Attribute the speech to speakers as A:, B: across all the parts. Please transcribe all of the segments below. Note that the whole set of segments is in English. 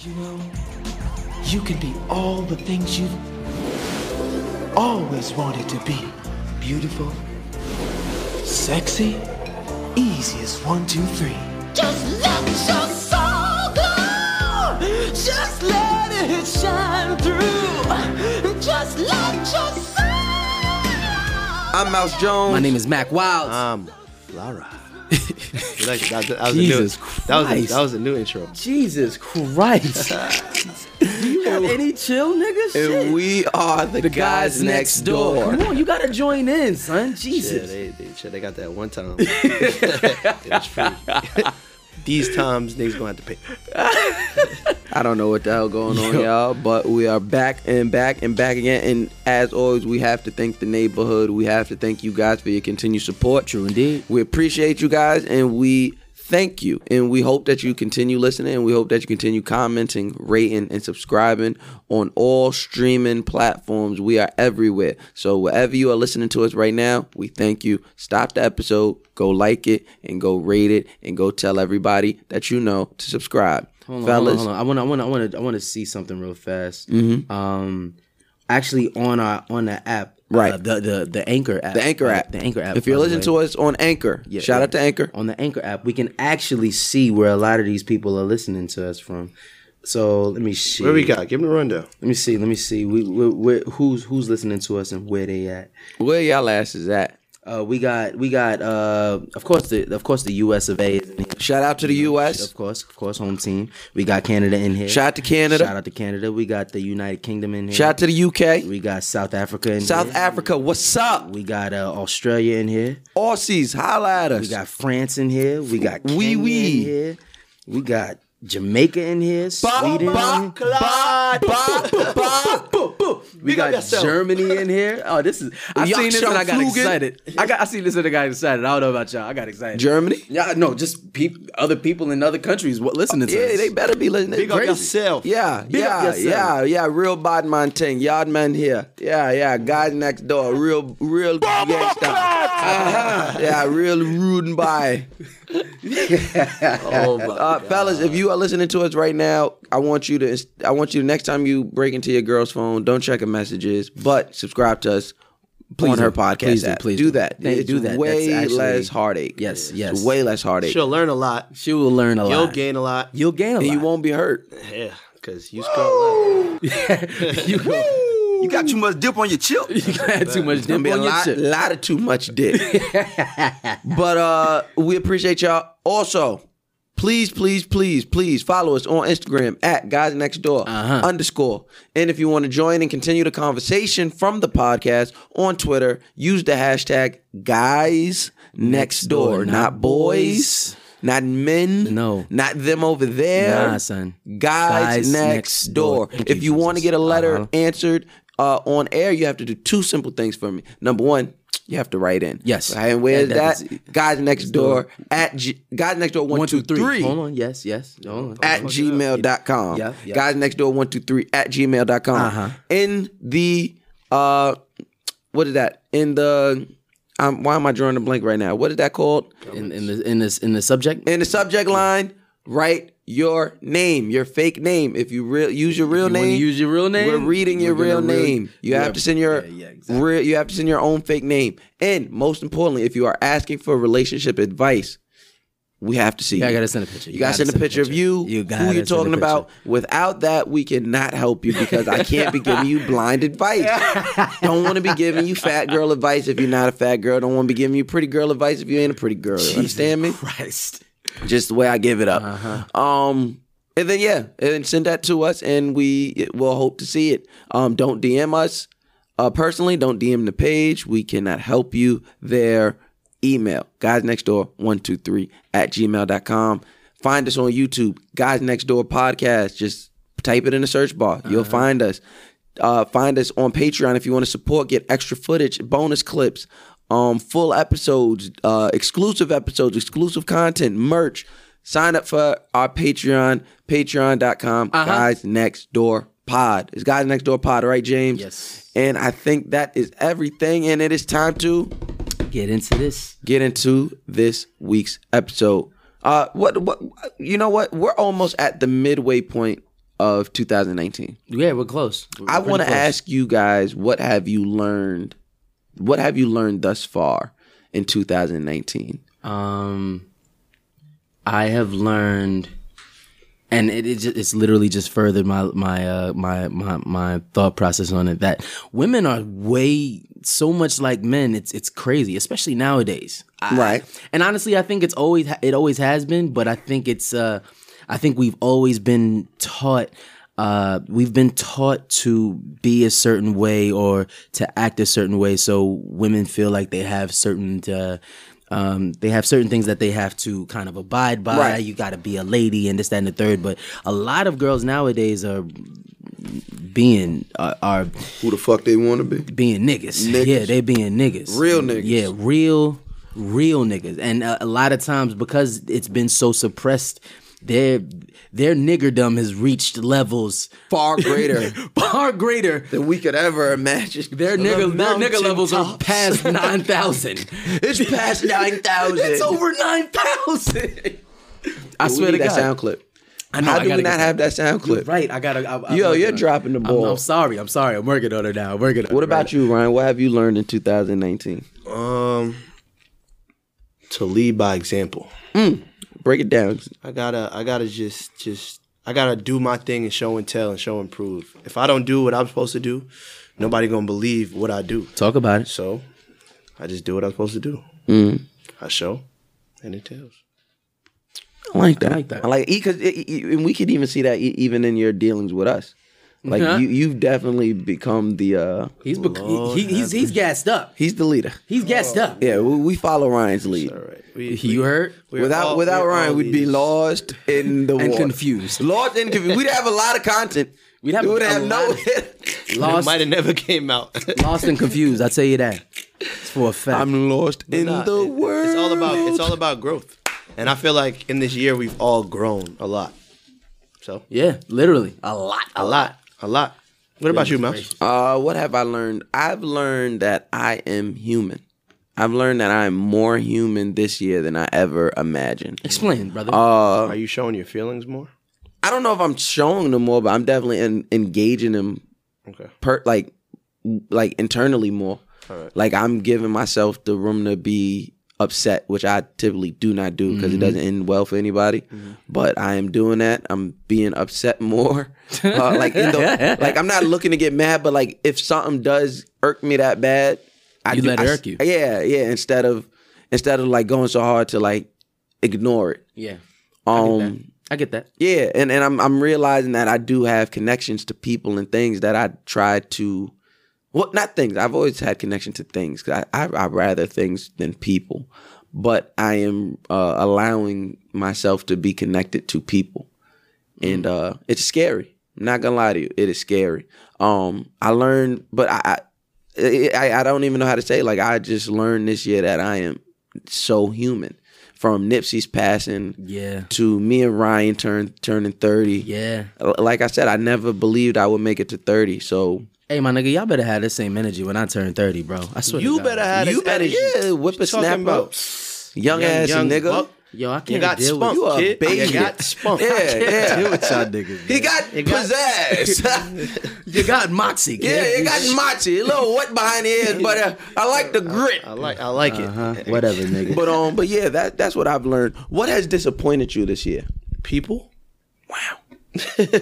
A: You know, you can be all the things you've always wanted to be. Beautiful, sexy, easy as one, two, three. Just let your soul glow. Just let it shine through. Just let your soul.
B: I'm Mouse Jones.
C: My name is Mac Wilds.
B: Um, Lara. like, that, that was
C: Jesus
B: a new, that was a,
C: Christ.
B: that was a new intro.
C: Jesus Christ. Do you have any chill, nigga?
B: And
C: Shit.
B: we are the,
C: the guys, next door. Come on, you gotta join in, son.
B: Yeah,
C: Jesus.
B: they, they, shit, they got that one time. it was free. These times, niggas gonna have to pay.
D: I don't know what the hell going on, y'all, but we are back and back and back again. And as always, we have to thank the neighborhood. We have to thank you guys for your continued support.
C: True indeed.
D: We appreciate you guys and we thank you. And we hope that you continue listening and we hope that you continue commenting, rating, and subscribing on all streaming platforms. We are everywhere. So wherever you are listening to us right now, we thank you. Stop the episode, go like it, and go rate it, and go tell everybody that you know to subscribe.
C: Hold on,
D: Fellas,
C: hold on, hold on. I want to, I want to, I want to see something real fast. Um, actually, on our on the app,
D: Right.
C: uh, the the the Anchor app,
D: The Anchor
C: Uh,
D: app.
C: the Anchor app.
D: If you're
C: by the
D: listening
C: way.
D: to us on Anchor,
C: Yeah,
D: shout
C: yeah.
D: out to Anchor.
C: on the Anchor app, we can actually see where a lot of these people are listening to us from. So let me see.
B: Where we got? Give them a rundown.
C: Let me see. Let me see. We, we, we who's who's listening to us and where they at?
D: Where y'all asses at?
C: Uh, we got we got uh, of course the of course the U.S. of A. Is in here.
D: Shout out to the
C: Of
D: U.S.
C: course, of course, home team. We got Canada in here.
D: Shout out to Canada.
C: Shout out to Canada. We got the United Kingdom in here.
D: Shout out to the U.K.
C: We got South Africa in
D: South
C: here.
D: Africa, what's up?
C: We got uh, Australia in here.
D: Aussies, holla at
C: We
D: us.
C: got France in here. We got Kenya
D: Wee wee.
C: in here. We got Jamaica in here.
D: Ba,
C: Sweden.
D: ba, ba, ba, ba.
C: we got Germany in here. Oh, this is. I
D: Yacht
C: seen this and I got
D: Schamflugen.
C: excited. I got. I seen this and I got excited. I don't know about y'all. I got excited.
D: Germany?
C: Yeah, no, just peop- other people in other countries what listening to
D: Yeah,
C: us.
D: they better be listening.
B: Big up
D: Crazy.
B: yourself.
D: Yeah,
C: Big up
D: yeah,
C: yourself.
D: yeah, yeah. Real bad man thing. Yard man here. Yeah, yeah. Guys next door. Real, real gangsta. Uh-huh. Yeah, real rude and by.
B: Oh my
D: Uh, fellas, if you are listening to us right now, I want you to. I want you next time you break into your girl's phone, don't check her messages, but subscribe to us
C: Please
D: on
C: do.
D: her podcast.
C: Please do,
D: app.
C: please
D: do,
C: do.
D: that.
C: Thank-
D: it's
C: do that.
D: Way
C: That's actually-
D: less heartache.
C: Yes,
D: It's
C: yes.
D: way less heartache.
B: She'll learn a lot.
C: She will learn a lot.
B: You'll gain a lot.
C: You'll gain a
D: and
C: lot.
D: you won't be hurt.
B: Yeah, because you scroll left.
C: you go.
D: You got too much dip on your chip.
C: You got too much
D: gonna be
C: dimple
D: a
C: on your
D: lot,
C: chip.
D: lot of too much dick. but uh we appreciate y'all. Also, please, please, please, please follow us on Instagram at guys next door
C: Uh-huh.
D: underscore. And if you want to join and continue the conversation from the podcast on Twitter, use the hashtag guys next door.
C: door,
D: Not,
C: not
D: boys.
C: boys.
D: Not men,
C: No.
D: not them over there.
C: Nah, son.
D: Guys,
C: Guys
D: next,
C: next
D: door.
C: door. Thank
D: If
C: you,
D: you want to
C: Jesus.
D: get a letter
C: Uh-huh.
D: answered uh, on air, you have to do two simple things for me. Number one, you have to write in.
C: Yes.
D: Right, and where's
C: That-
D: that?
C: that's-
D: Guys next door at G- guys next door one two three
C: Hold on. Yes, yes. Hold on.
D: at gmail.com.
C: Yeah, yeah.
D: Guys next door one two three at gmail.com.
C: Uh-huh.
D: In the uh, what is that? In the um, why am I drawing a blank right now? What is that called?
C: in, in the in this in the subject.
D: In the subject line, write your name, your fake name. If you real use your real
C: You wanna
D: name,
C: use your real name?
D: We're reading your
C: We're
D: real
C: gonna real-
D: name. You
C: Yeah,
D: have to send your
C: yeah, yeah, exactly.
D: real. You have to send your own fake name. And most importantly, if you are asking for relationship advice, we have to see.
C: Yeah, I gotta send a picture.
D: You, gotta, send a picture of you,
C: You
D: who
C: gotta
D: you're
C: send a
D: talking
C: picture.
D: about. Without that, we cannot help you because I can't be giving you blind advice. Don't want to be giving you fat girl advice if you're not a fat girl. Don't want to be giving you pretty girl advice if you ain't a pretty girl. Understand me?
C: Christ.
D: Just the way I give it up. Um, and then yeah, and then send that to us, and we will hope to see it. Um, don't DM us uh, personally. Don't DM the page. We cannot help you there. Email guys next door one two three at gmail.com. Find us on YouTube, guys next door podcast. Just type it in the search bar. You'll find us. Uh, find us on Patreon if you want to support. Get extra footage, bonus clips, um, full episodes, uh, exclusive episodes, exclusive content, merch. Sign up for our Patreon, patreon.com, guys next door pod. It's guys next door pod, right, James?
C: Yes.
D: And I think that is everything. And it is time to
C: Get into this.
D: get into this week's episode. Uh, what, what, you know what? We're almost at the midway point of 2019.
C: Yeah, we're close.
D: I want to ask you guys, what have you learned? What have you learned thus far in 2019?
C: Um, I have learned, and it, it ju- it's literally just furthered my my uh, my my my thought process on it that women are way so much like men. It's it's crazy, especially nowadays. I-
D: Right.
C: and honestly, I think it's always it always has been, but I think it's uh, I think we've always been taught. Uh, we've been taught to be a certain way or to act a certain way, so women feel like they have certain uh, um, they have certain things that they have to kind of abide by.
D: Right.
C: You got to be a lady and this, that, and the third. But a lot of girls nowadays are being are, are
B: Who the fuck they want to be?
C: being niggas. Yeah, they being niggas.
D: Real niggas.
C: Yeah, real, real niggas. And uh, a lot of times because it's been so suppressed, their their niggerdom has reached levels
D: Far greater
C: far greater.
D: than we could ever imagine.
C: Their nigga, their nigga
D: mountain
C: levels are
D: tops.
C: past nine thousand.
D: It's past 9,000.
C: It's over nine thousand. I
D: We
C: swear
D: need
C: to
D: that
C: God.
D: sound clip.
C: I know,
D: How
C: I
D: do we
C: gotta
D: not
C: get-
D: have that sound clip?
C: Right, I gotta. I, I-
D: Yo,
C: I'm
D: you're
C: working on it.
D: dropping the
C: I'm-
D: ball.
C: I'm, sorry. I'm sorry. I'm working on it now. I'm working on
D: What
C: it.
D: about you, Ryan? What have you learned in 2019?
B: Um, to lead by example.
D: Break it down.
B: I gotta, I gotta just, just, I gotta do my thing and show and tell and show and prove. If I don't do what I'm supposed to do, nobody gonna believe what I do.
C: Talk about it.
B: So, I just do what I'm supposed to do.
D: Mm.
B: I show, and it tells.
D: I like that. I like e,
C: like
D: that.
C: that.
D: because and we could even see that e- even in your dealings with us. Like
C: Yeah.
D: you, you've definitely become the. uh
C: He's bec- he, he- he's he's gassed up.
D: He's the leader.
C: He's gassed up.
D: Yeah, we, we follow Ryan's lead.
B: All right. We,
C: You heard?
B: we're
D: without
B: all-
D: without
B: we're
D: Ryan,
B: all
D: we'd be
B: leaders.
D: lost in the
C: And
D: water.
C: confused.
D: Lost and confused. We'd have a lot of content.
C: We'd have
D: we would
C: a
D: have no.
C: lot Lost,
B: Might have never came out.
C: lost and confused. I tell you that. It's for a fact.
D: I'm lost in
B: Nah,
D: the
B: it-
D: world.
B: It's all about it's all about growth, and I feel like in this year we've all grown a lot. So
C: yeah, literally a lot.
B: a lot, a lot. What about you, Mouse?
D: Uh, what have I learned? I've learned that I am human. I've learned that I am more human this year than I ever imagined.
C: Explain, brother. Um,
B: Are you showing your feelings more?
D: I don't know if I'm showing them more, but I'm definitely en- engaging them,
B: Okay.
D: per like, like internally more. Like I'm giving myself the room to be upset, which I typically do not do because
C: Mm-hmm.
D: it doesn't end well for anybody. But I am doing that. I'm being upset more. Uh, like, in the, like I'm not looking to get mad, but like if something does irk me that bad, I
C: You
D: do-
C: let it
D: I s-
C: irk you.
D: Yeah, yeah. Instead of instead of like going so hard to like ignore it.
C: yeah,
D: Um.
C: I get that.
D: Yeah, and, and I'm I'm realizing that I do have connections to people and things that I try to well, not things. I've always had connection to things. 'cause I, I I rather things than people, but I am uh, allowing myself to be connected to people, and uh, it's scary. I'm not gonna lie to you, it is scary. Um, I learned, but I, I I- I I don't even know how to say. it. Like I just learned this year that I am so human. From Nipsey's passing,
C: Yeah,
D: to me and Ryan turn turning 30.
C: yeah.
D: L- Like I said, I never believed I would make it to 30. So
C: Hey, my nigga, y'all better have the same energy when I turn thirty, bro. I swear. to
B: You
C: God.
B: better have
D: You
B: this
D: better-
B: energy. What
D: yeah,
B: you
D: whippersnapper.
B: talking about?
D: young ass nigga.
B: buck.
C: Yo, I
B: You
C: can't
B: got
C: deal with-
B: spunked,
D: You a
B: kid.
D: baby.
B: You got spunked.
D: Yeah, yeah.
C: deal with y'all niggas.
D: He
C: man.
D: got possessed.
C: you got moxie. Kid.
D: yeah, it got mochi, a little wet behind the ears, but uh, I like the grit.
B: I like I like
D: Uh-huh.
C: Huh?
B: it.
C: Whatever, nigga.
D: But um, but yeah, that that's what I've learned. What has disappointed you this year?
B: People.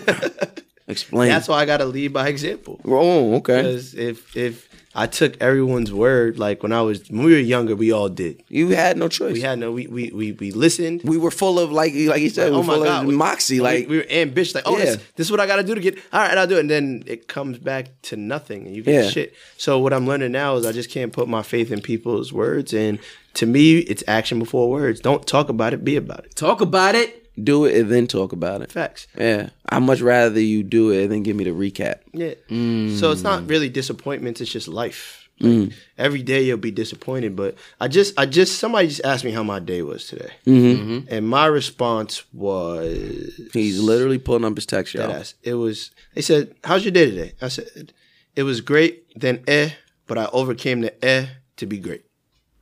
D: Explain.
B: That's why I gotta lead by example.
D: Oh, okay.
B: Because if if I took everyone's word, like when I was when we were younger, we all did.
D: You had no choice.
B: We had no we we we, we listened.
D: we were full of like like you said, we
B: oh
D: were
B: my
D: full
B: god,
D: of
B: we-
D: moxie.
B: we-
D: Like
B: we were ambitious. Like, oh, this,
D: Yeah.
B: this is what I got to do to get. All right, I'll do it. And then it comes back to nothing, and you get
D: Yeah.
B: shit. So what I'm learning now is I just can't put my faith in people's words. And to me, it's action before words. Don't talk about it, be about it.
C: Talk about it.
D: do it and then talk about it.
B: Facts.
D: Yeah, I much rather you do it and then give me the recap.
B: Yeah.
D: Mm.
B: So it's not really disappointments. It's just life. Like, Every day you'll be disappointed. But I just, I just, somebody just asked me how my day was today, mm-hmm. and my response was.
D: He's literally pulling up his text,
B: Dead
C: Oh.
D: y'all.
B: ass. It was. They said, "How's your day today?" I said, "It was great." Then eh, but I overcame the eh to be great.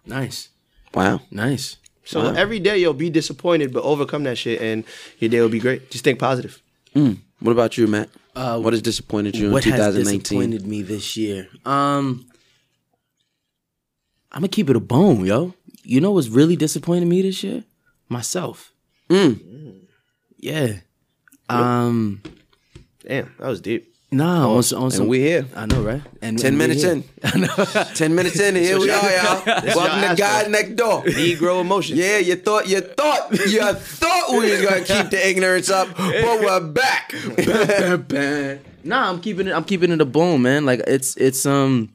C: Nice,
D: Wow.
C: nice.
B: So every day you'll be disappointed, but overcome that shit, and your day will be great. Just think positive.
D: What about you, Matt? what has disappointed you in
C: Uh, what has
D: 2019?
C: disappointed me this year? Um, I'm gonna keep it a bone, yo. You know what's really disappointed me this year? Myself.
D: Mm.
C: Yeah. Um.
B: Damn, that was deep.
C: Nah. on, s- on some.
D: Oh, we here.
C: I know, right? And
D: Ten
C: and we
D: minutes
C: here.
D: in. Ten minutes in. Here we are, y'all. Welcome to
B: asked
D: God
B: for.
D: Next Door.
B: Negro emotions.
D: Yeah, you thought you thought you thought we was gonna keep the ignorance up, but we're back.
C: Nah, I'm keeping it. I'm keeping it a bone, man. Like it's it's um,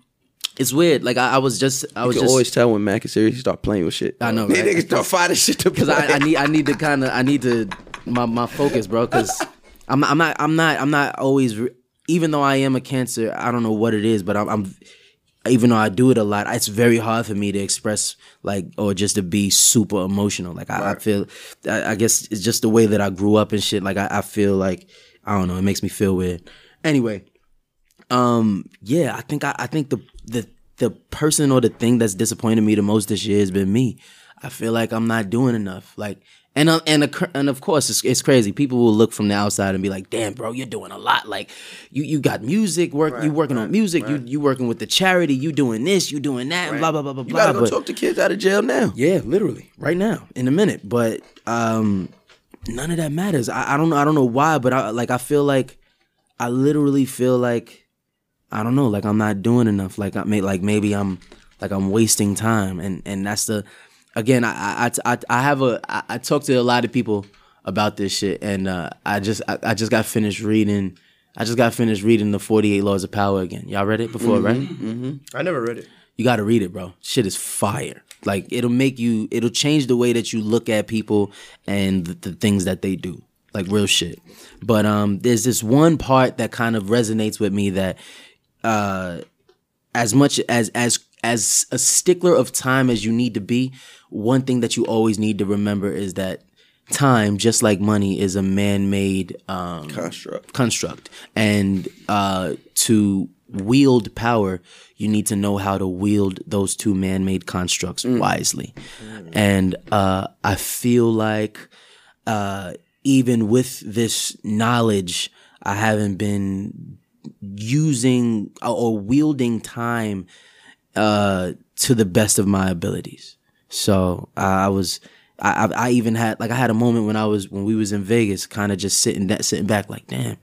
C: it's weird. Like I, I was just I
D: You
C: was
D: can
C: just
D: always tell when Mac is serious. He start playing with shit.
C: I know,
D: These
C: right?
D: niggas start finding shit to play.
C: because I, I need I need to kind of I need to my my focus, bro. Because I'm I'm not I'm not I'm not always re- even though I am a cancer, I don't know what it is, but I'm, I'm even though I do it a lot, it's very hard for me to express like or just to be super emotional. Like I, I feel, I, I guess it's just the way that I grew up and shit. Like I, I feel like I don't know, it makes me feel weird. Anyway, um, yeah, I think I, I think the the the person or the thing that's disappointed me the most this year has been me. I feel like I'm not doing enough. Like, and uh, and uh, and of course, it's, it's crazy. People will look from the outside and be like, "Damn, bro, you're doing a lot. Like, you you got music work. you working on music. You you working with the charity. You doing this. You doing that. and Blah blah blah blah
D: You
C: blah."
D: gotta go
C: but-
D: talk to kids out of jail now.
C: yeah, literally, right now, in a minute. But um, none of that matters. I, I don't know. I don't know why, but I like. I feel like I literally feel like I don't know. Like I'm not doing enough. Like I may like maybe I'm like I'm wasting time, and and that's the again. I I I, I have a I, I talk to a lot of people about this shit, and uh, I just I, I just got finished reading. I just got finished reading the 48 Laws of Power again. Y'all read it before, right?
B: I never read it.
C: You got to read it, bro. Shit is fire. Like it'll make you. It'll change the way that you look at people and the, the things that they do. Like real shit. But um, there's this one part that kind of resonates with me that, uh, as much as as as a stickler of time as you need to be, one thing that you always need to remember is that time, just like money, is a man-made um,
D: Construct.
C: construct. And uh, to wield power, you need to know how to wield those two man made constructs wisely. And uh, I feel like uh, even with this knowledge, I haven't been using or wielding time uh, to the best of my abilities. So uh, I was, I, I, I even had like I had a moment when I was when we was in Vegas, kind of just sitting that sitting back, like, damn,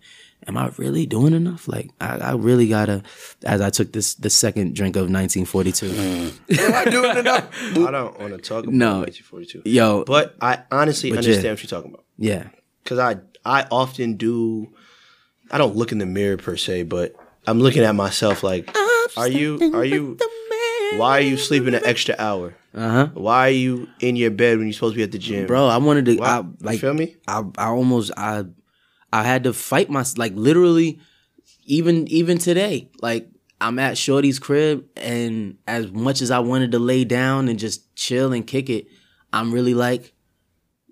C: am I really doing enough? Like, I, I really gotta. As I took this the second drink of
B: Mm.
C: 1942,
D: Am I doing enough?
B: I don't want to talk about
C: No.
B: 1942.
C: yo,
B: But I honestly
C: But yeah.
B: understand what you're talking about.
C: yeah,
B: because I I often do. I don't look in the mirror per se, but I'm looking at myself like, are you are you? Why are you sleeping an extra hour? Uh huh. Why are you in your bed when you're supposed to be at the gym,
C: Uh-huh. bro, I wanted to,
B: Why-
C: I, like,
B: you feel me?
C: I, I almost I I had to fight my like literally even even today like I'm at Shorty's crib and as much as I wanted to lay down and just chill and kick it I'm really like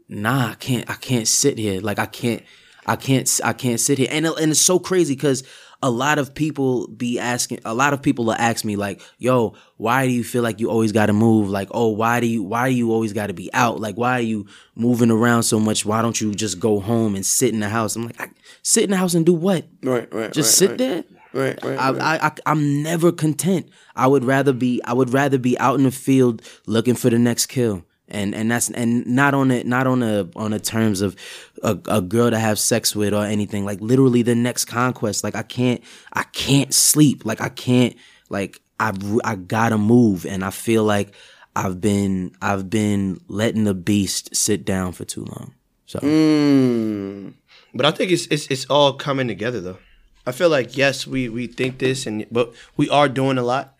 C: nah I can't I can't sit here like I can't I can't s- I can't sit here. And it- and it's so crazy because a lot of people be asking a lot of people will ask me like, "Yo, why do you feel like you always got to move? Like, oh, why do you why do you always got to be out? Like, why are you moving around so much? Why don't you just go home and sit in the house?" I'm like, I, "Sit in the house and do what?
D: Right, right.
C: Just sit
D: right, right.
C: there?"
D: Right, right.
C: I, I, I I'm never content. I would rather be I would rather be out in the field looking for the next kill. And and that's and not on it not on a on the terms of a, a girl to have sex with or anything. Like literally the next conquest. Like I can't I can't sleep. Like I can't like I I gotta move. And I feel like I've been I've been letting the beast sit down for too long. So
B: But I think it's it's it's all coming together though. I feel like yes, we we think this and but we are doing a lot.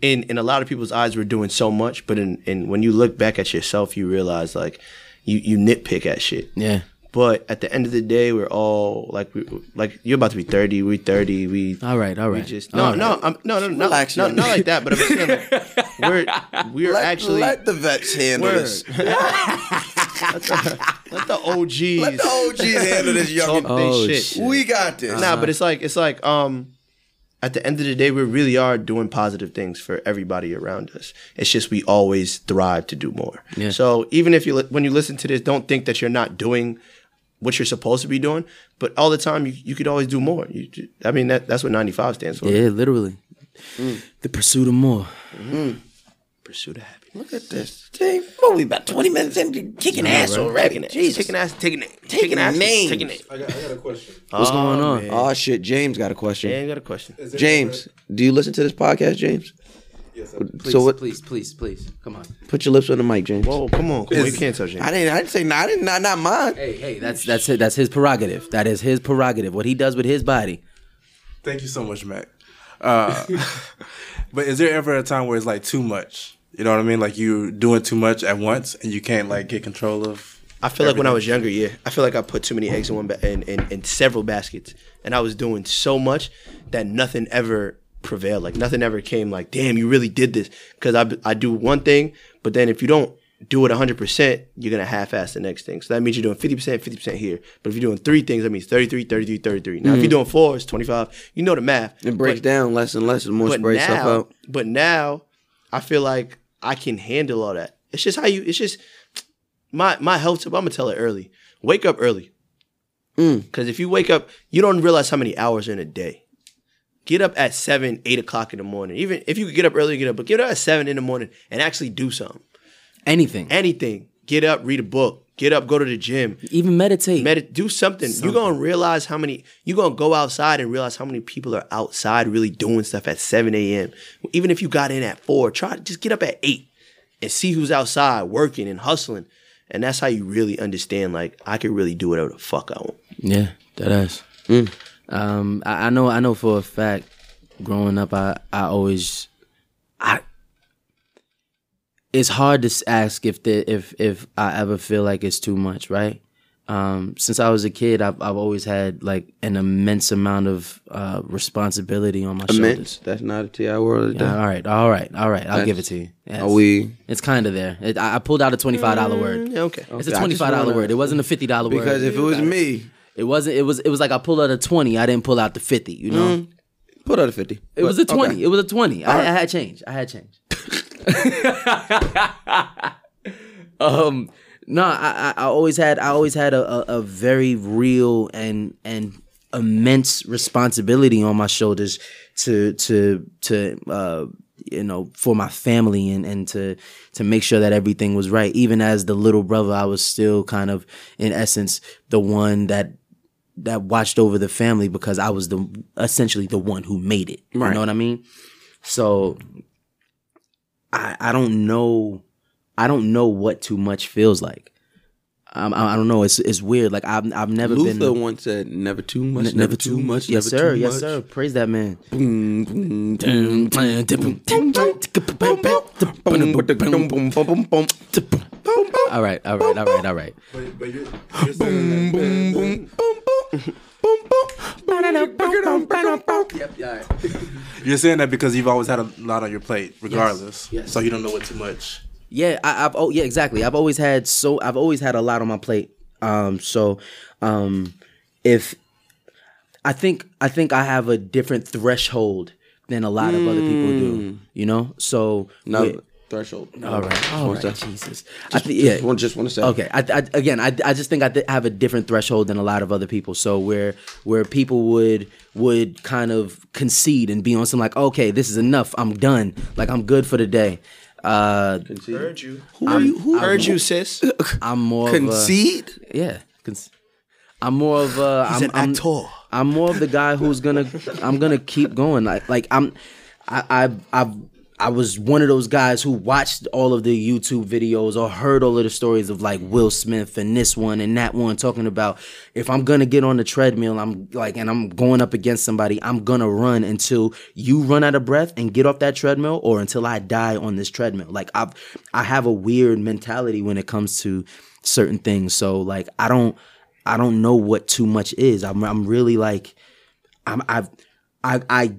B: In in a lot of people's eyes, we're doing so much. But in in when you look back at yourself, you realize like you you nitpick at shit.
C: yeah.
B: But at the end of the day, we're all like we like you're about to be thirty. We thirty. We
C: All right, all right.
B: we just no no I'm, no no no
D: Relax,
B: no
D: young
B: not
D: man.
B: like that. But I'm just saying like, we're we're
D: let,
B: actually
D: let the vets handle
B: Word.
D: this.
B: let the OGs
D: Let the OGs handle this,
B: talk
D: youngin.
B: they
C: Oh,
B: shit.
C: shit.
D: We got this.
B: Nah, but it's like it's like um at the end of the day we really are doing positive things for everybody around us. It's just we always thrive to do more. So even if you li- when you listen to this don't think that you're not doing what you're supposed to be doing, but all the time you, you could always do more. You, ju- I mean that that's what 95 stands for.
C: Yeah, literally.
B: Mm.
C: The pursuit of more.
B: Pursuit of happiness.
D: Look at this. Dang, what we about 20 minutes in you kicking ass already?
B: Taking it.
D: Jesus.
B: Taking ass, taking it.
D: Taking
B: ass,
D: names.
B: taking it.
E: I got, I got a question.
C: What's going on?
D: Oh shit, James got a question.
B: I ain't got a question.
D: James, do you listen to this podcast, James?
C: Please,
D: So what?
C: please, please, please. Come on.
D: Put your lips on the mic, James.
B: Whoa, come on. Come on. You can't touch it.
D: I didn't. I didn't say. No, I didn't. Not, not mine.
C: Hey, hey, that's that's it. That's his prerogative. That is his prerogative. What he does with his body.
E: Thank you so much, Mac. Uh, but is there ever a time where it's like too much? You know what I mean? Like you doing too much at once and you can't like get control of.
B: I feel like when I was younger, yeah, I feel like I put too many eggs in one ba- in, in, in several baskets, and I was doing so much that nothing ever prevailed. Like nothing ever came. Like damn, you really did this because I I do one thing, but then if you don't do it 100%, you're going to half-ass the next thing. So that means you're doing 50%, 50% here. But if you're doing three things, that means 33, 33, 33. Now, if you're doing four, it's 25. You know the math.
D: Mm. It breaks down less and less the more
B: But
D: it breaks
B: now,
D: up out.
B: but now, I feel like I can handle all that. It's just how you. It's just my my health tip. I'm gonna tell it early. Wake up early, because if you wake up, you don't realize how many hours are in a day. Get up at seven, eight o'clock in the morning. Even if you could get up early, get up. But get up at seven in the morning and actually do something.
C: Anything.
B: Anything. Get up, read a book. Get up, go to the gym.
C: Even meditate.
B: Medi- do something. You're gonna realize how many. You're gonna go outside and realize how many people are outside really doing stuff at 7 a.m. Even if you got in at four, try to just get up at eight and see who's outside working and hustling. And that's how you really understand. Like I can really do whatever the fuck I want.
C: yeah, that is. Um, I, I know I know for a fact, growing up I, I always I it's hard to s- ask if the if if I ever feel like it's too much, right? Um, since I was a kid, I've I've always had like an immense amount of uh, responsibility on my shoulders.
D: Immense. That's not a ti word.
C: Yeah, all right, all right, all right. I'll give it to you. Yes.
D: Are we?
C: It's kind of there. It, I, I pulled out a twenty-five dollar word.
B: Yeah, okay.
C: It's a
D: Mm, I just
C: twenty-five dollar
D: wanna-
C: word. It wasn't a fifty dollar word.
D: Because if it was me,
C: it wasn't, it was, it was like I pulled out a twenty. I didn't pull out the fifty. You know,
D: Mm-hmm. put out a fifty.
C: it was a twenty. It was a twenty. I, I had change. I had change. um, no, I, I, I always had, I always had a, a, a very real and and immense responsibility on my shoulders to to to uh you know for my family and and to to make sure that everything was right even as the little brother i was still kind of in essence the one that that watched over the family because i was the essentially the one who made it you know what i mean so i i don't know i don't know what too much feels like um, I, I don't know. It's it's weird. Like I've I've never been
D: Luther once said, "Never too much,
C: N-
D: never, too much,
C: Yes,
D: never
C: sir.
D: too
C: yes,
D: much."
C: sir. Praise that man.
D: Boom, boom, boom, boom, boom, boom,
C: all
D: boom, boom, boom, boom.
C: right, all right, all right, all right.
E: But, but you're, you're saying that as a- You're saying that because you've always had a lot on your plate, regardless.
C: Yes.
E: So you don't know what too much.
C: Yeah, I, I've oh yeah, exactly. I've always had so I've always had a lot on my plate. Um, so, um, if I think I think I have a different threshold than a lot of other people do. You know, so
D: Hmm. No
C: with-
D: threshold.
C: all right, all right,
D: Just
C: Jesus. I thi- yeah,
D: want just want to say.
C: Okay, I, I, again, I, I just think I th- have a different threshold than a lot of other people. So where where people would would kind of concede and be on some like, okay, this is enough. I'm done. Like I'm good for the day. Uh,
B: Heard you.
D: Who are you? Who
B: Heard you, sis.
C: I'm more
D: Concede?
C: Of a, yeah. Cons- I'm more of a.
B: He's an
C: am I'm,
B: actor.
C: I'm more of the guy who's gonna. I'm gonna keep going. Like like I'm. I I I I was one of those guys who watched all of the YouTube videos or heard all of the stories of like Will Smith and this one and that one talking about if I'm gonna get on the treadmill, I'm like and I'm going up against somebody, I'm gonna run until you run out of breath and get off that treadmill or until I die on this treadmill. Like I've I have a weird mentality when it comes to certain things. So like I don't I don't know what too much is. I'm I'm really like I'm I've I I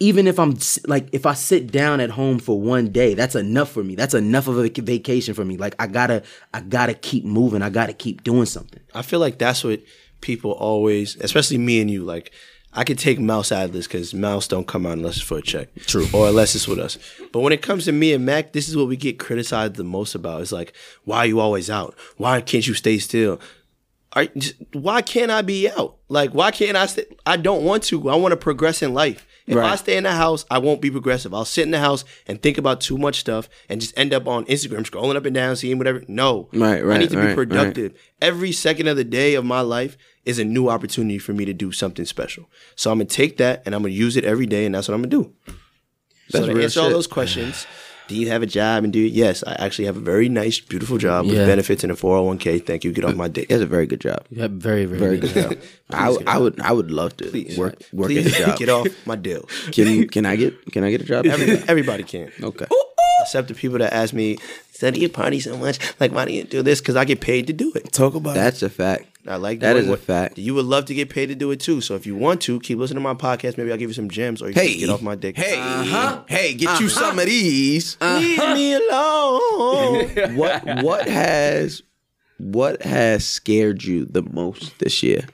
C: even if I'm s- like if I sit down at home for one day, that's enough for me. That's enough of a vac- vacation for me. Like I gotta I gotta keep moving. I gotta keep doing something.
B: I feel like that's what people always, especially me and you, like. I could take Mouse out of this because Mouse don't come out unless it's for a check. True. Or unless it's with us. But when it comes to me and Mac, this is what we get criticized the most about. It's like, why are you always out? Why can't you stay still? Are, just, why can't I be out? Like, why can't I stay? I don't want to. I want to progress in life. If I stay in the house, I won't be progressive. I'll sit in the house and think about too much stuff and just end up on Instagram scrolling up and down, seeing whatever. No.
D: Right,
B: I
D: right,
B: need to
D: right,
B: be
D: right.
B: productive. Every second of the day of my life is a new opportunity for me to do something special. So I'm gonna take that and I'm gonna use it every day, and that's what I'm gonna do.
D: That's
B: so to
D: real
B: answer all
D: shit.
B: those questions, do you have a job and do it? Yes, I actually have a very nice, beautiful job with
C: Yeah.
B: benefits and a 401k. Thank you. Get off my dick.
D: He has a very good job.
C: Yeah, very very,
D: Very good job. I, would- I would I would love to work work at
B: Please
D: a job.
B: get off my deal.
D: Can can I get can I get a job?
B: Everybody, everybody can.
D: Okay.
B: Except the people that ask me, "Why do you party so much? Like, why do you do this?" Because I get paid to do it.
C: Talk about
D: That's a fact.
B: I like
D: That
B: doing
D: is a
B: what-
D: fact.
B: You would love to get paid to do it too. So if you want to, keep listening to my podcast. Maybe I'll give you some gems, or you
D: Hey,
B: can get off my dick.
D: Hey, hey, get you some of these.
B: Uh-huh. leave me alone.
D: what what has what has scared you the most this year?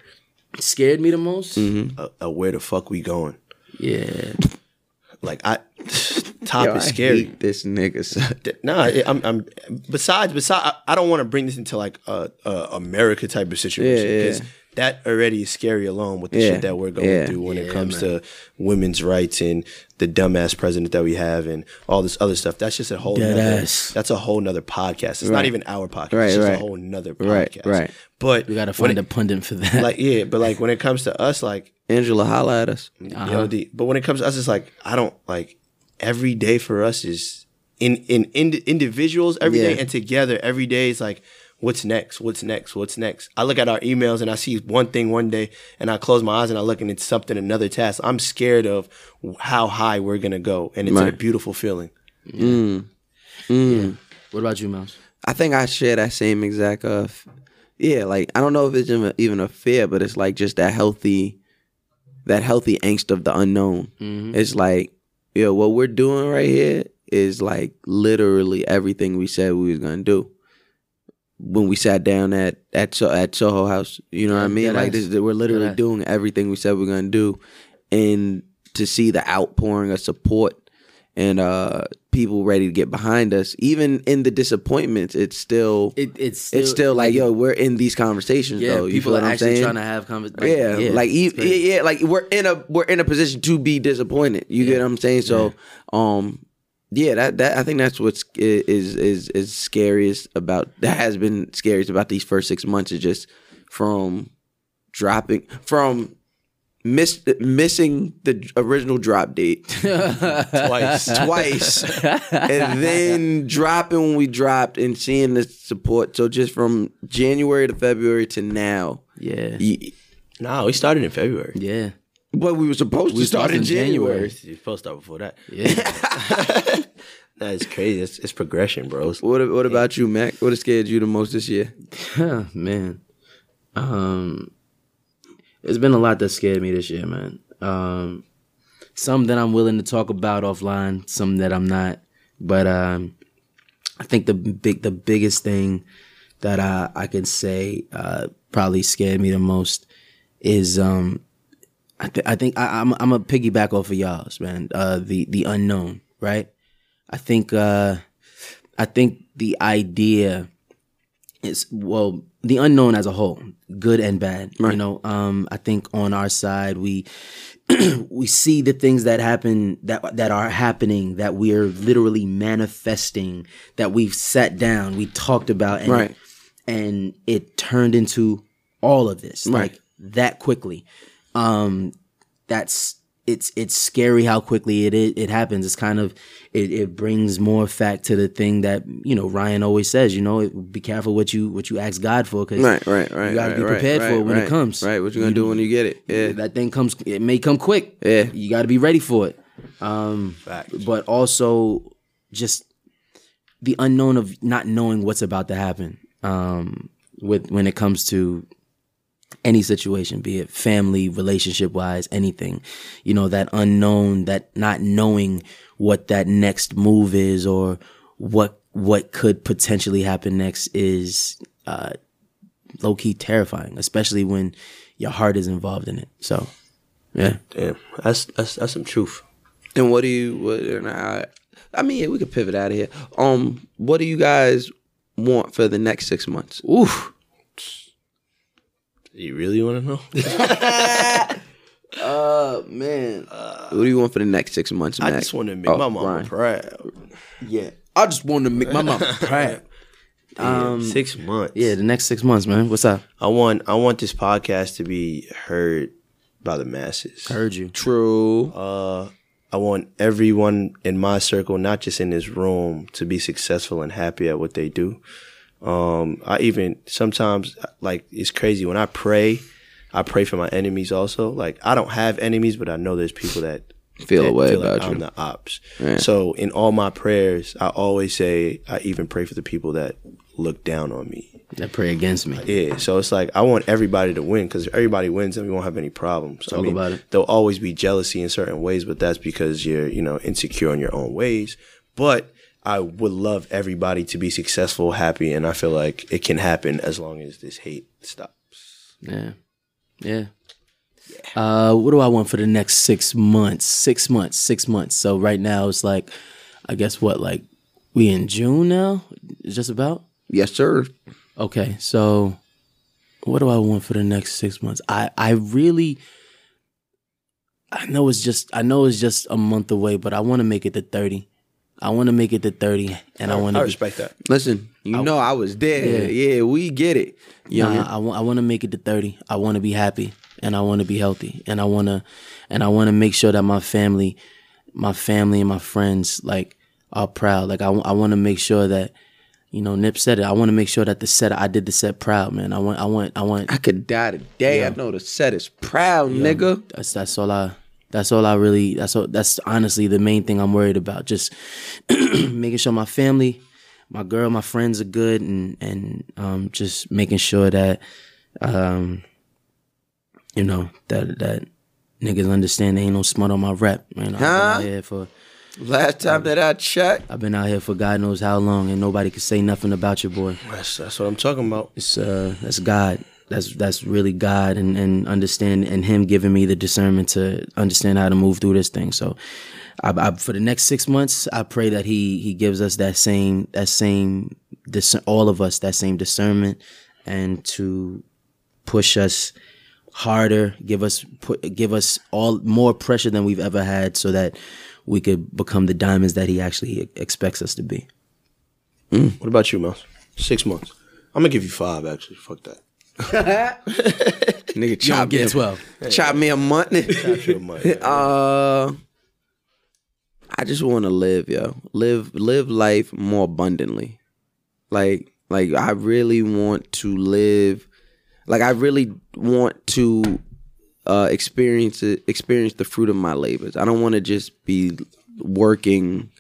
C: scared me the most.
B: uh, uh, where the fuck we going?
C: Yeah,
B: Like I, top
D: Yo,
B: is
D: I
B: scary.
D: hate this nigga. son.
B: Th- Nah, it- I'm. I'm besides, besides, I, I don't want to bring this into like a, a America type of situation
D: Yeah, yeah.
B: because that already is scary alone with the
D: Yeah,
B: shit that we're going
D: yeah.
B: through when it comes to women's rights and the dumbass president that we have and all this other stuff. That's just a whole.
C: Dead
B: nother-
C: ass.
B: That's a whole nother podcast. It's not even our podcast.
D: Right,
B: it's just a
D: right.
B: whole nother
D: Right,
B: podcast.
D: right.
B: But
C: we gotta
B: when
C: find a
B: it-
C: pundit for that.
B: like yeah, but like when it comes to us, like
D: Angela, holla at us.
B: you know, the- but when it comes to us, it's like I don't like every day for us is in in, in individuals every day
D: Yeah.
B: and together every day is like what's next, what's next, what's next. I look at our emails and I see one thing one day, and I close my eyes and I look and it's something another task. I'm scared of how high we're gonna go, and it's a
D: Right.
B: beautiful feeling.
C: what about you, Mouse?
D: I think I share that same exact uh, f- yeah. Like I don't know if it's even, even a fear, but it's like just that healthy, that healthy angst of the unknown.
C: Mm-hmm.
D: It's like yeah, what we're doing right here is like literally everything we said we was gonna do when we sat down at at so- at Soho House. You know what I mean?
C: dead
D: Like
C: ass.
D: this, is- we're literally
C: Dead ass.
D: doing everything we said we are gonna do, and to see the outpouring of support and uh people ready to get behind us even in the disappointments it's still
C: It, it's still,
D: it's still like yo we're in these conversations
C: yeah,
D: though you
C: people
D: feel what
C: are
D: i'm
C: actually
D: saying
C: trying to have conversations.
D: yeah, like e- yeah, yeah, like we're in a we're in a position to be disappointed. You get what I'm saying? So, um, yeah, that that I think that's what's i- is is is scariest about that has been scariest about these first six months is just from dropping from miss missing the original drop date twice twice and then dropping when we dropped and seeing the support so just from january to february to now
C: yeah,
D: y-
B: No, we started in February.
C: yeah.
D: but we were supposed to start
C: supposed
D: in
C: to in
D: January.
B: You're supposed to start before that. That is crazy. It's, it's progression, bro. It's-
D: What What about you, Mac? What has scared you the most this year?
C: Huh, man. Um it's been a lot that scared me this year, man. Um some that I'm willing to talk about offline, some that I'm not. But um I think the big the biggest thing that I I can say uh probably scared me the most is um, I, th- I think I, I'm I'm a piggyback off of y'all's man. Uh, the the unknown, right? I think uh, I think the idea is well the unknown as a whole, good and bad. You know, um, I think on our side we we see the things that happen that that are happening that we are literally manifesting that we've sat down, we talked about, and
D: Right.
C: and it turned into all of this
D: Right.
C: like that quickly. Um, that's it's it's scary how quickly it it, it happens. It's kind of it, it brings more fact to the thing that you know Ryan always says. You know, be careful what you what you ask God for because
D: Right, right, right.
C: you gotta
D: right,
C: be
D: right,
C: prepared for it
D: right,
C: when
D: right,
C: it comes.
D: Right, what you gonna do when you get it? Yeah,
C: That thing comes. It may come quick.
D: Yeah.
C: you got to be ready for it. Um, but also just the unknown of not knowing what's about to happen. Um, with when it comes to any situation, be it family, relationship wise, anything, you know, that unknown, that not knowing what that next move is or what what could potentially happen next is uh, low key terrifying, especially when your heart is involved in it. So, yeah,
B: Damn, that's that's that's some truth.
D: And what do you? What, and I, I mean, yeah, we could pivot out of here. Um, what do you guys want for the next six months?
C: oof.
B: You really want to know?
D: Man, what do you want for the next six months?
B: I
D: Mac?
B: just want to make
D: Oh,
B: my mama
D: Brian.
B: proud.
C: Yeah, I just wanted to make my mom proud.
D: Um,
B: Damn, six months.
C: Yeah, the next six months, man. What's up?
B: I want I want this podcast to be heard by the masses.
C: Heard you.
D: True.
B: I want everyone in my circle, not just in this room, to be successful and happy at what they do. Um, I even sometimes like it's crazy when I pray. I pray for my enemies also. Like I don't have enemies, but I know there's people that
D: feel
B: that
D: a way
B: feel
D: about
B: like
D: you.
B: I'm the ops. So in all my prayers, I always say I even pray for the people that look down on me.
C: That pray against me.
B: Yeah, so it's like I want everybody to win because if everybody wins, then we won't have any problems. I
C: Talk
B: mean,
C: about it.
B: there'll always be jealousy in certain ways, but that's because you're you know insecure in your own ways. But I would love everybody to be successful, happy, and I feel like it can happen as long as this hate stops.
C: Yeah, yeah. Uh, what do I want for the next six months? Six months. Six months. So right now it's like, I guess what like we in June now, just about.
D: yes, sir.
C: Okay, so what do I want for the next six months? I I really I know it's just I know it's just a month away, but I want to make it to thirty. I want to make it to thirty, and I, want
B: I
C: to be.
B: respect that.
D: Listen, you know I was there. Yeah, we get it.
C: Nah,
D: Young.
C: I want I want to make it to thirty. I want to be happy, and I want to be healthy, and I want to, and I want to make sure that my family, my family and my friends like are proud. Like I want to make sure that. You know, Nip said it. I want to make sure that the set I did the set proud, man. I want, I want, I want.
D: I could die today. I know the set is proud, nigga.
C: that's that's all I that's all I really that's all that's honestly the main thing I'm worried about. Just making sure my family, my girl, my friends are good and and um just making sure that um you know that that niggas understand they ain't no smut on my rap, man. I've been out here for
D: Last time that I checked,
C: I've been out here for God knows how long and nobody could say nothing about your boy
B: That's that's what I'm talking about.
C: it's uh that's God. That's that's really God and and understand and Him giving me the discernment to understand how to move through this thing. So, I, I for the next six months, I pray that He He gives us that same that same dis- all of us that same discernment and to push us harder, give us put give us all more pressure than we've ever had, so that we could become the diamonds that He actually e-, expects us to be.
B: What about you, Mouse? Six months. I'm gonna give you five. Actually, fuck that.
D: nigga, chop me,
C: Get
D: a,
C: twelve.
D: chop me a month.
B: After a month, man.
D: Uh, I just want to live, yo. Live, live life more abundantly. Like, like I really want to live. Like, I really want to uh, experience it, experience the fruit of my labors. I don't want to just be working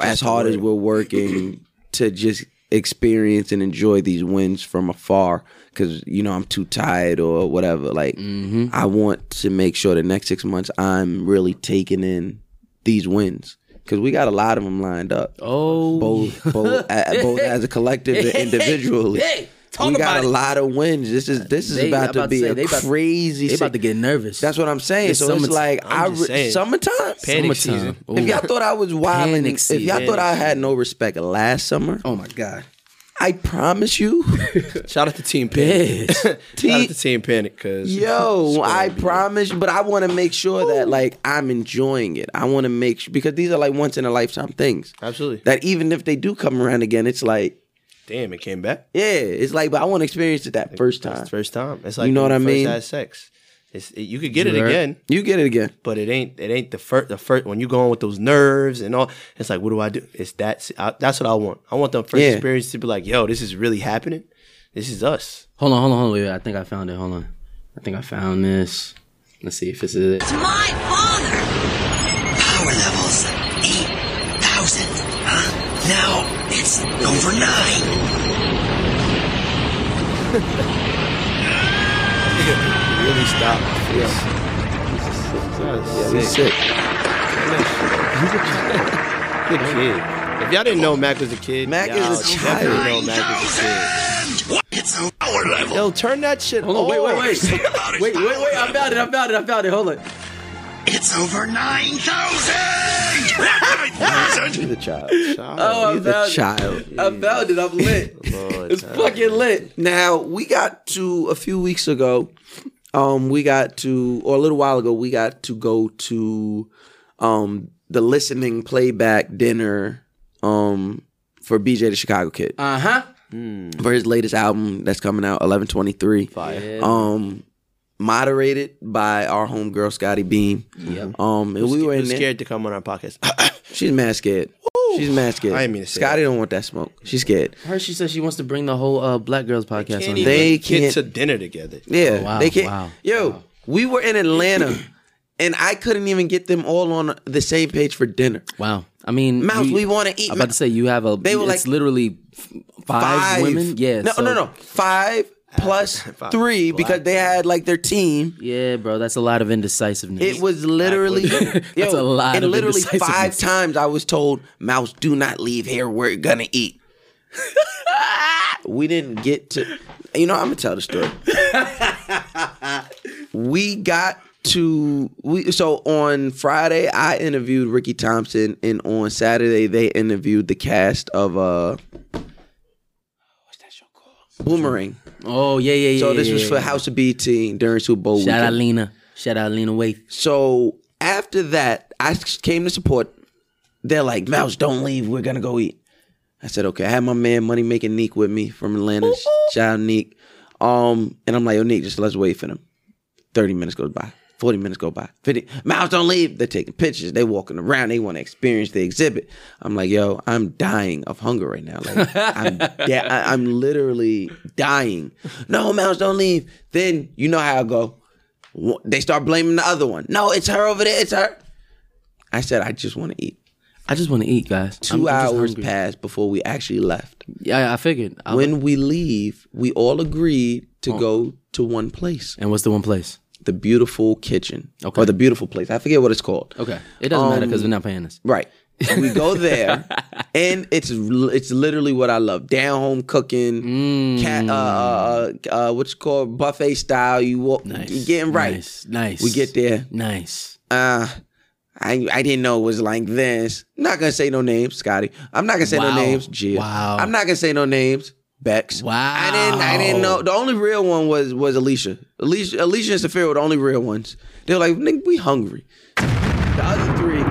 D: as hard as we're working to just experience and enjoy these wins from afar because you know i'm too tired or whatever like
C: Mm-hmm.
D: i want to make sure the next six months i'm really taking in these wins because we got a lot of them lined up
C: Oh,
D: both both, a- both as a collective and individually we
F: Talk
D: got
F: about
D: a
F: it.
D: lot of wins. This is this is
C: They-
D: about,
C: I'm about
D: to
C: to
D: be
C: say,
D: a
C: they about-
D: crazy.
C: They about to
D: se-
C: get nervous.
D: That's what I'm saying.
C: It's
D: so it's
C: summertime.
D: like
B: I'm
D: I
B: just
D: re-
B: saying.
D: summertime.
B: Panic
C: Summertime.
B: season.
C: Ooh.
D: If y'all thought I was wild, and
C: Panic
D: if y'all
C: season.
D: thought I had no respect last summer,
C: oh my god,
D: I promise you,
B: Shout out to Team Panic. Shout out to Team Panic, cause
D: yo,
B: Squad
D: I
B: beat.
D: promise. you- But I want to make sure that like I'm enjoying it. I want to make sure because these are like once in a lifetime things.
B: Absolutely.
D: That even if they do come around again, it's like
B: Damn, it came back.
D: yeah, it's like but I want to experience it that first
B: That's
D: time.
B: the first time. It's like
D: You know
B: when
D: what I
B: you first
D: mean?
B: Had sex. It's, it, you could get it
C: You heard?
B: again,
D: You get it again.
B: but it ain't. It ain't the first. The first when you going with those nerves and all. It's like, what do I do? It's that. I, that's what I want. I want the first
D: Yeah.
B: experience to be like, yo, this is really happening. This is us.
C: hold on, hold on, hold on. Wait, I think I found it. Hold on, I think I found this. Let's see if this is it.
G: My father! Power levels 8,000. Huh? Now it's over 9.
B: Really stop. Yeah.
D: It's sick.
B: Good kid. If y'all didn't know Mac was a kid,
D: Mac is a
B: y'all
D: child.
B: definitely know Mac was a kid.
G: It's an hour level.
B: Yo, turn that shit
D: Oh,
C: Hold on, wait, wait, wait,
G: Think about it.
C: wait, wait, wait. I found it. I found it. I found it. Hold on.
G: It's over 9,000!
B: The child.
C: Oh, I
D: He's a
C: found it.
D: child.
C: I found it. I'm lit. it's fucking lit.
D: Now we got to a few weeks ago. Um, we got to, or a little while ago, we got to go to, um, the listening playback dinner, um, for BJ the Chicago Kid
C: Uh huh.
D: for his latest album that's coming out eleven twenty three.
B: Fire.
D: Um, moderated by our homegirl Scotty Beam.
C: Yep.
D: Um, and we were in
B: was
D: there.
B: scared to come on our podcast.
D: She's mad scared. She's mad scared.
B: I didn't mean to say
D: Scotty don't want that smoke. She's scared.
C: Her, she said she wants to bring the whole uh, Black Girls podcast on.
D: even-
C: here.
D: They
B: kids
D: can't-
B: to dinner together.
D: Yeah,
C: Oh, wow,
D: they can't.
C: wow,
D: Yo, we were in Atlanta, and I couldn't even get them all on the same page for dinner.
C: Wow. I mean,
D: Mouse,
C: you-
D: we want to eat.
C: I'm about to say you have a.
D: They were
C: it's
D: like-
C: literally f- five, women. Yeah.
D: no,
C: so-
D: no, no, five plus three because they had like their team.
C: Yeah, bro, that's a lot of indecisiveness.
D: It was literally
C: That's a lot
D: And
C: of
D: literally five
C: indecisiveness.
D: times I was told, "Mouse, do not leave here. We're gonna eat." we didn't get to. You know, I'm gonna tell the story. we got to we so on Friday I interviewed Ricky Thompson, and on Saturday they interviewed the cast of uh. Boomerang.
C: oh yeah, yeah, yeah.
D: So this
C: yeah,
D: was
C: yeah,
D: for
C: yeah.
D: House of BT during Super Bowl
C: Shout
D: weekend.
C: out Lena. Shout out Lena Waithe.
D: So after that, I came to support. They're like, Mouse, don't leave. We're gonna go eat. I said, okay. I had my man Money Making Neek with me from Atlanta. Shout out Neek. Um, and I'm like, yo, Neek, just let's wait for them. 30 minutes goes by. 40 minutes go by. 50. Mouse don't leave. They're taking pictures. They walking around. They want to experience the exhibit. I'm like, yo, I'm dying of hunger right now. Like, I'm, de- I- I'm literally dying. No, Mouse don't leave. Then you know how I go. Wha- They start blaming the other one. No, it's her over there. It's her. I said, I just want to eat.
C: I just want to eat, guys.
D: 2
C: I'm just
D: hours
C: hungry.
D: passed before we actually left.
C: Yeah, I figured. I
D: When we leave, we all agreed
C: Oh.
D: to go to one place
C: and what's the one place?
D: the beautiful kitchen
C: Okay.
D: or the beautiful place. I forget what it's called.
C: Okay, it doesn't matter matter because
D: Um,
C: we're not paying us.
D: Right. We go there, and it's it's literally what I love: down home cooking, cat, uh, uh, uh, what's called buffet style. You walk, you getting right.
C: Mm. Nice, nice.
D: We get there.
C: Nice.
D: Uh, I I didn't know it was like this. I'm not gonna say no names, Scotty. I'm not gonna say
C: Wow.
D: no names, Gia.
C: Wow.
D: I'm not gonna say no names, Bex.
C: Wow.
D: I didn't I didn't know. The only real one was was Alicia. Alicia Alicia and Sophia were the only real ones. They were like, nigga, we hungry. The other three.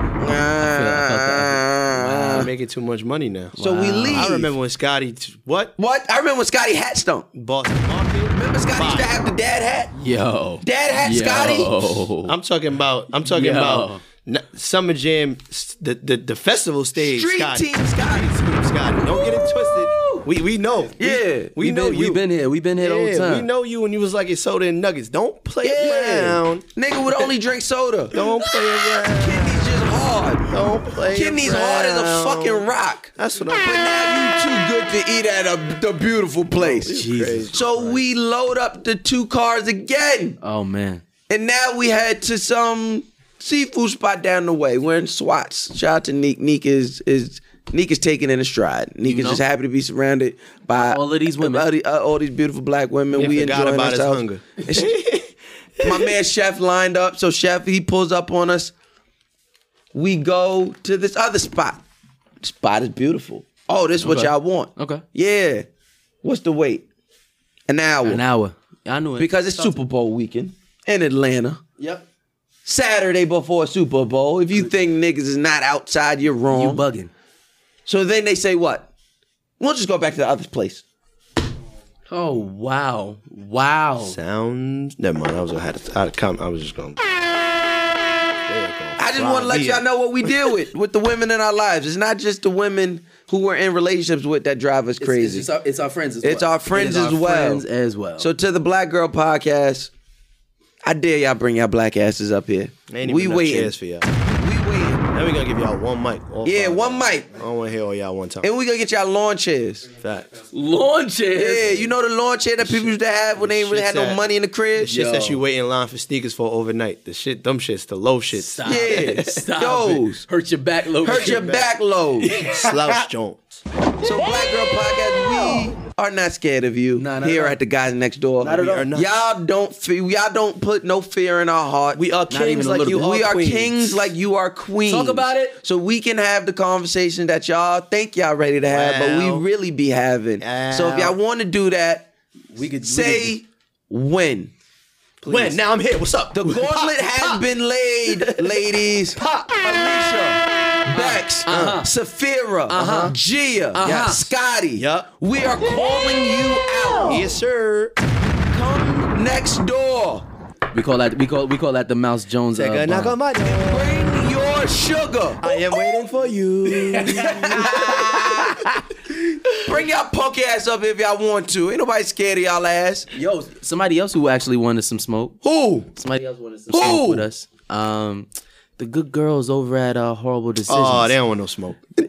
B: They're
D: uh,
B: making too much money now.
D: so we leave.
B: I remember when Scotty t- what
D: What? I remember when Scotty hat stunk.
B: Boston Market.
D: Remember Scotty used to
B: Fire.
D: have the dad hat?
C: Yo,
D: Dad hat, Scotty.
B: I'm talking about. I'm talking
C: Yo.
B: about n- Summer Jam, s- the the, the festival stage.
D: Street
B: Scotty.
D: team Scotty.
B: Team Scotty. Don't get it twisted. We we know. We-
D: Yeah.
B: we, know
C: been,
B: you.
C: We've been here. We've been here the
B: yeah,
C: whole time.
B: we know you when you was like in soda and nuggets. Don't play
D: Yeah.
B: around.
D: Nigga would only drink soda.
B: Don't play around.
D: Kidney's just hard.
B: Don't play
D: Kidney's hard as a
B: around.
D: fucking rock.
B: That's what
D: But
B: I'm.
D: now you too good to eat at a the beautiful place.
B: Jesus
D: So we load up the two cars again.
C: Oh man.
D: And now we head to some seafood spot down the way. We're in Swats. Shout out to Neek. Neek is is Neek is taking it in stride. Neek is just happy to be surrounded by
C: All of these women.
D: by the- uh, all these beautiful black women.
B: He
D: we
B: forgot
D: enjoying
B: about his
D: ourselves.
B: hunger.
D: And she- my man Chef lined up, so Chef he pulls up on us. We go to this other spot. Spot is beautiful. Oh, this is what
C: Okay.
D: y'all want.
C: Okay.
D: Yeah. What's the wait? An hour.
C: An hour. I knew it.
D: Because it's Super Bowl weekend in Atlanta.
C: Yep.
D: Saturday before Super Bowl. If you think niggas is not outside, you're
C: You
D: wrong.
C: bugging.
D: so then they say what? We'll just go back to the other place.
C: Oh wow. Wow.
B: Sounds. Never mind. I was gonna have to. I, had to comment. I was just gonna.
D: I just want to let y'all know what we deal with with the women in our lives. It's not just the women who we're in relationships with that drive us crazy.
C: It's, our, it's our friends as well.
D: It's our friends
C: It is
D: as well.
C: Friends as well.
D: so to the Black Girl Podcast, I dare y'all bring y'all black asses up here.
B: Ain't
D: we
B: even waiting.
D: waiting.
B: Chance for y'all.
D: We waiting.
B: Now we gonna give y'all one mic. all
D: Yeah,
B: five
D: one
B: of y'all.
D: mic.
B: I don't want to hear all y'all one time.
D: And we gonna get y'all lawn chairs.
B: Facts.
D: Yeah,
C: launches.
D: you know the lawn chair that people used to have when they ain't really had
B: shit's
D: no
B: at-
D: money in the crib.
B: The shit that
C: Yo.
B: you wait in line for sneakers for overnight. The shit, dumb shits, the low shits,
C: Stop
D: Yeah,
C: it. Stop
D: those.
C: It. Hurt your back, Logan.
D: Hurt your back load.
B: slouch joints.
D: So Black Girl Podcast, we are not scared of you.
C: Nah, not
D: here
C: at all.
D: at the guys next door.
C: Not at
D: We
C: all.
D: are not. Y'all don't feel y'all don't put no fear in our heart.
B: We are
C: even
B: kings
C: a
B: like
C: little
B: you
C: bit.
B: are.
D: we are
B: queens.
D: kings like you are queens.
C: Talk about it.
D: So we can have the conversation that y'all think y'all ready to have, but
B: Well.
D: we really be having. So if
B: Well.
D: y'all want to do that,
C: We could we
D: say when.
B: When? Now I'm here. What's up?
D: The gauntlet has been laid, ladies. Pop, Alicia, Bex, Safira, Gia, Scotty.
B: Yup.
D: We are calling you out.
B: Yes, sir.
D: Come next door.
C: could- we call that we call we call that the Mouse Jones.
B: Take
C: uh,
B: a knock
C: bomb.
B: on my door.
D: Bring your sugar.
B: I am waiting for you.
D: Bring y'all punk ass up if y'all want to. Ain't nobody scared of y'all ass.
C: Yo, somebody else who actually wanted some smoke.
D: Who?
C: Somebody else wanted some
D: Who?
C: smoke with us. Um, the good girls over at uh, Horrible Decisions.
B: oh, they don't want no smoke.
D: Boo!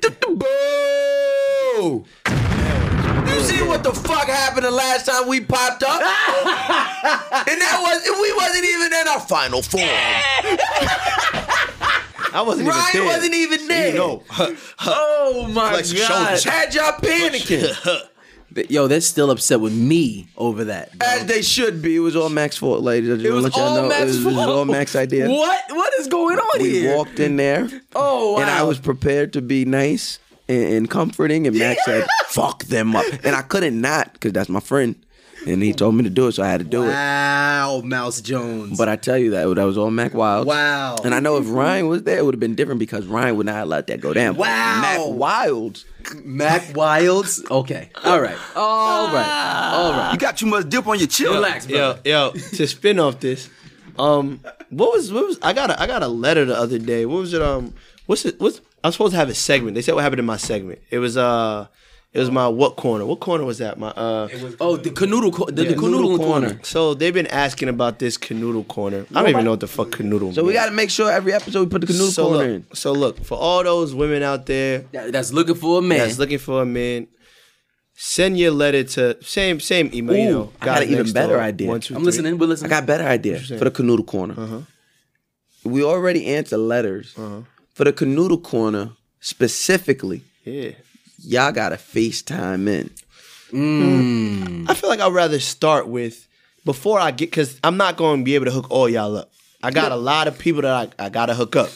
D: You see what the fuck happened the last time we popped up? and that was we wasn't even in our final form.
B: I wasn't
D: Ryan
B: even there.
D: wasn't even there.
B: You know,
C: Oh my
B: Flex your shoulders.
D: Had y'all panicking
C: Th- Yo, they're still upset with me over that. bro.
D: as they should be. It was all Max fault, ladies. I just want to let y'all know it was, it was all Max idea.
C: What? What is going on
D: We
C: here?
D: walked in there,
C: oh, wow.
D: and I was prepared to be nice and, and comforting, and Max said, "Fuck them up," and I couldn't not because that's my friend, and he told me to do it, so I had to do it.
C: Wow, Mouse Jones.
D: But I tell you that that was all Mac Wild.
C: Wow.
D: And I know if Ryan was there, it would have been different because Ryan would not have let that go down. But
C: Wow.
D: Mac Wilds.
C: Mac Wilds. Okay. All right. All right. All right.
F: You got too much dip on your chin.
C: Relax, bro.
B: yo, yo, to spin off this, um, what was what was I got a I got a letter the other day. What was it? Um, what's it? What's I was supposed to have a segment. They said what happened in my segment. It was uh, it was my what corner? What corner was that? My uh,
C: Oh, the canoodle, co- the, the
B: Canoodle
C: canoodle corner.
B: So they've been asking about this canoodle corner. I don't even know what the fuck canoodle.
D: So we
B: means.
D: got to make sure every episode we put the canoodle
B: so
D: corner in.
B: look, so look for all those women out there
C: That- That's looking for a man.
B: that's looking for a man. Send your letter to same same email. you
D: Ooh,
B: know,
D: I got
B: guys
D: an even
B: next
D: better
B: door,
D: idea.
B: one, two,
C: I'm
B: three.
C: listening. We're
D: I
C: listening.
D: got a better idea for the canoodle corner.
B: Uh-huh.
D: We already answered letters. For the canoodle corner specifically,
B: Yeah.
D: y'all got to FaceTime in.
C: Hmm.
B: I feel like I'd rather start with before I get because I'm not going to be able to hook all y'all up. I got a lot of people that I, I got to hook up.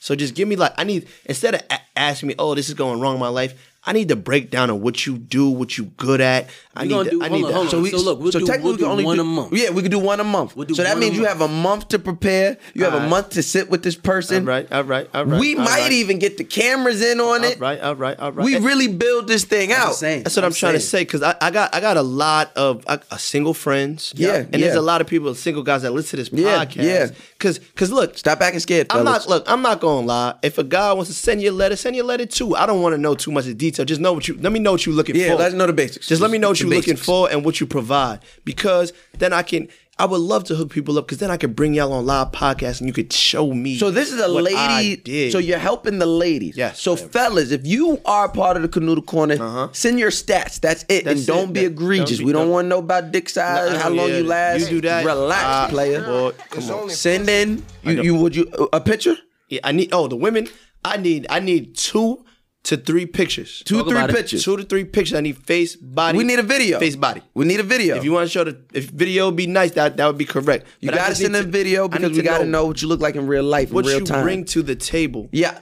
B: So just give me like I need instead of a- asking me, oh, this is going wrong in my life. I need the breakdown of what you do, what you good at. I
C: We
B: need.
C: gonna
B: The,
C: do-
B: I
C: hold
B: need.
C: on,
B: the-
C: hold on.
B: so
C: we- so look, we'll do- we'll
D: we can
C: do one a month.
D: Yeah, we could do one a month.
C: We'll do
D: so that
C: one a
D: means you
C: month.
D: have a month to prepare. You have a
B: Alright.
D: month to sit with this person.
B: all right, all right, all right.
D: we
B: all
D: might
B: right,
D: even get the cameras in on
B: All
D: it.
B: right, all right, all right.
D: We
B: And-
D: really build this thing out.
C: saying.
B: That's what I'm, trying to say because I, I got I got a lot of uh, uh, single friends.
D: Yeah,
B: and there's a
D: yeah.
B: lot of people, single guys that listen to this
D: Yeah,
B: podcast.
D: yeah.
B: because because look,
D: Stop acting scared.
B: I'm not
D: fellas.
B: look. I'm not gonna lie. If a guy wants to send you a letter, send you a letter too. I don't want to know too much of detail. Just know what you. Let me know what you're looking
D: Yeah,
B: for.
D: let us know the basics.
B: Just let me know what
D: The
B: you're looking
D: basics.
B: for and what you provide because then I can. I would love to hook people up because then I could bring y'all on live podcasts and you could show me.
D: So this is a
B: what I
D: lady.
B: did.
D: So you're helping the ladies.
B: Yes,
D: So
B: I am.
D: fellas, if you are part of the Canoodle Corner, send your stats. That's it.
B: That's
D: and don't
B: it.
D: be
B: That-
D: egregious.
B: don't be-
D: we don't
B: don't-
D: want to know about dick size,
B: Nah,
D: how long
B: yeah,
D: you last.
B: You do that.
D: Relax,
B: uh,
D: player.
B: boy, come on.
D: Send in. You, you would you a picture?
B: Yeah, I need. Oh, the women. I need. I need two to three pictures.
D: Two,
C: Talk
D: three
C: about it.
D: pictures.
B: Two to three pictures. I need face, body.
D: We need a video.
B: Face, body.
D: We need a video.
B: If you want to show the if video would be nice, that that would be correct.
D: you
B: But I
D: gotta
B: just
D: send
B: need
D: a
B: to- I
D: video
B: need
D: because we
B: to
D: gotta know, what you look like in real life, in
B: what
D: real
B: you
D: time.
B: bring to the table.
D: yeah,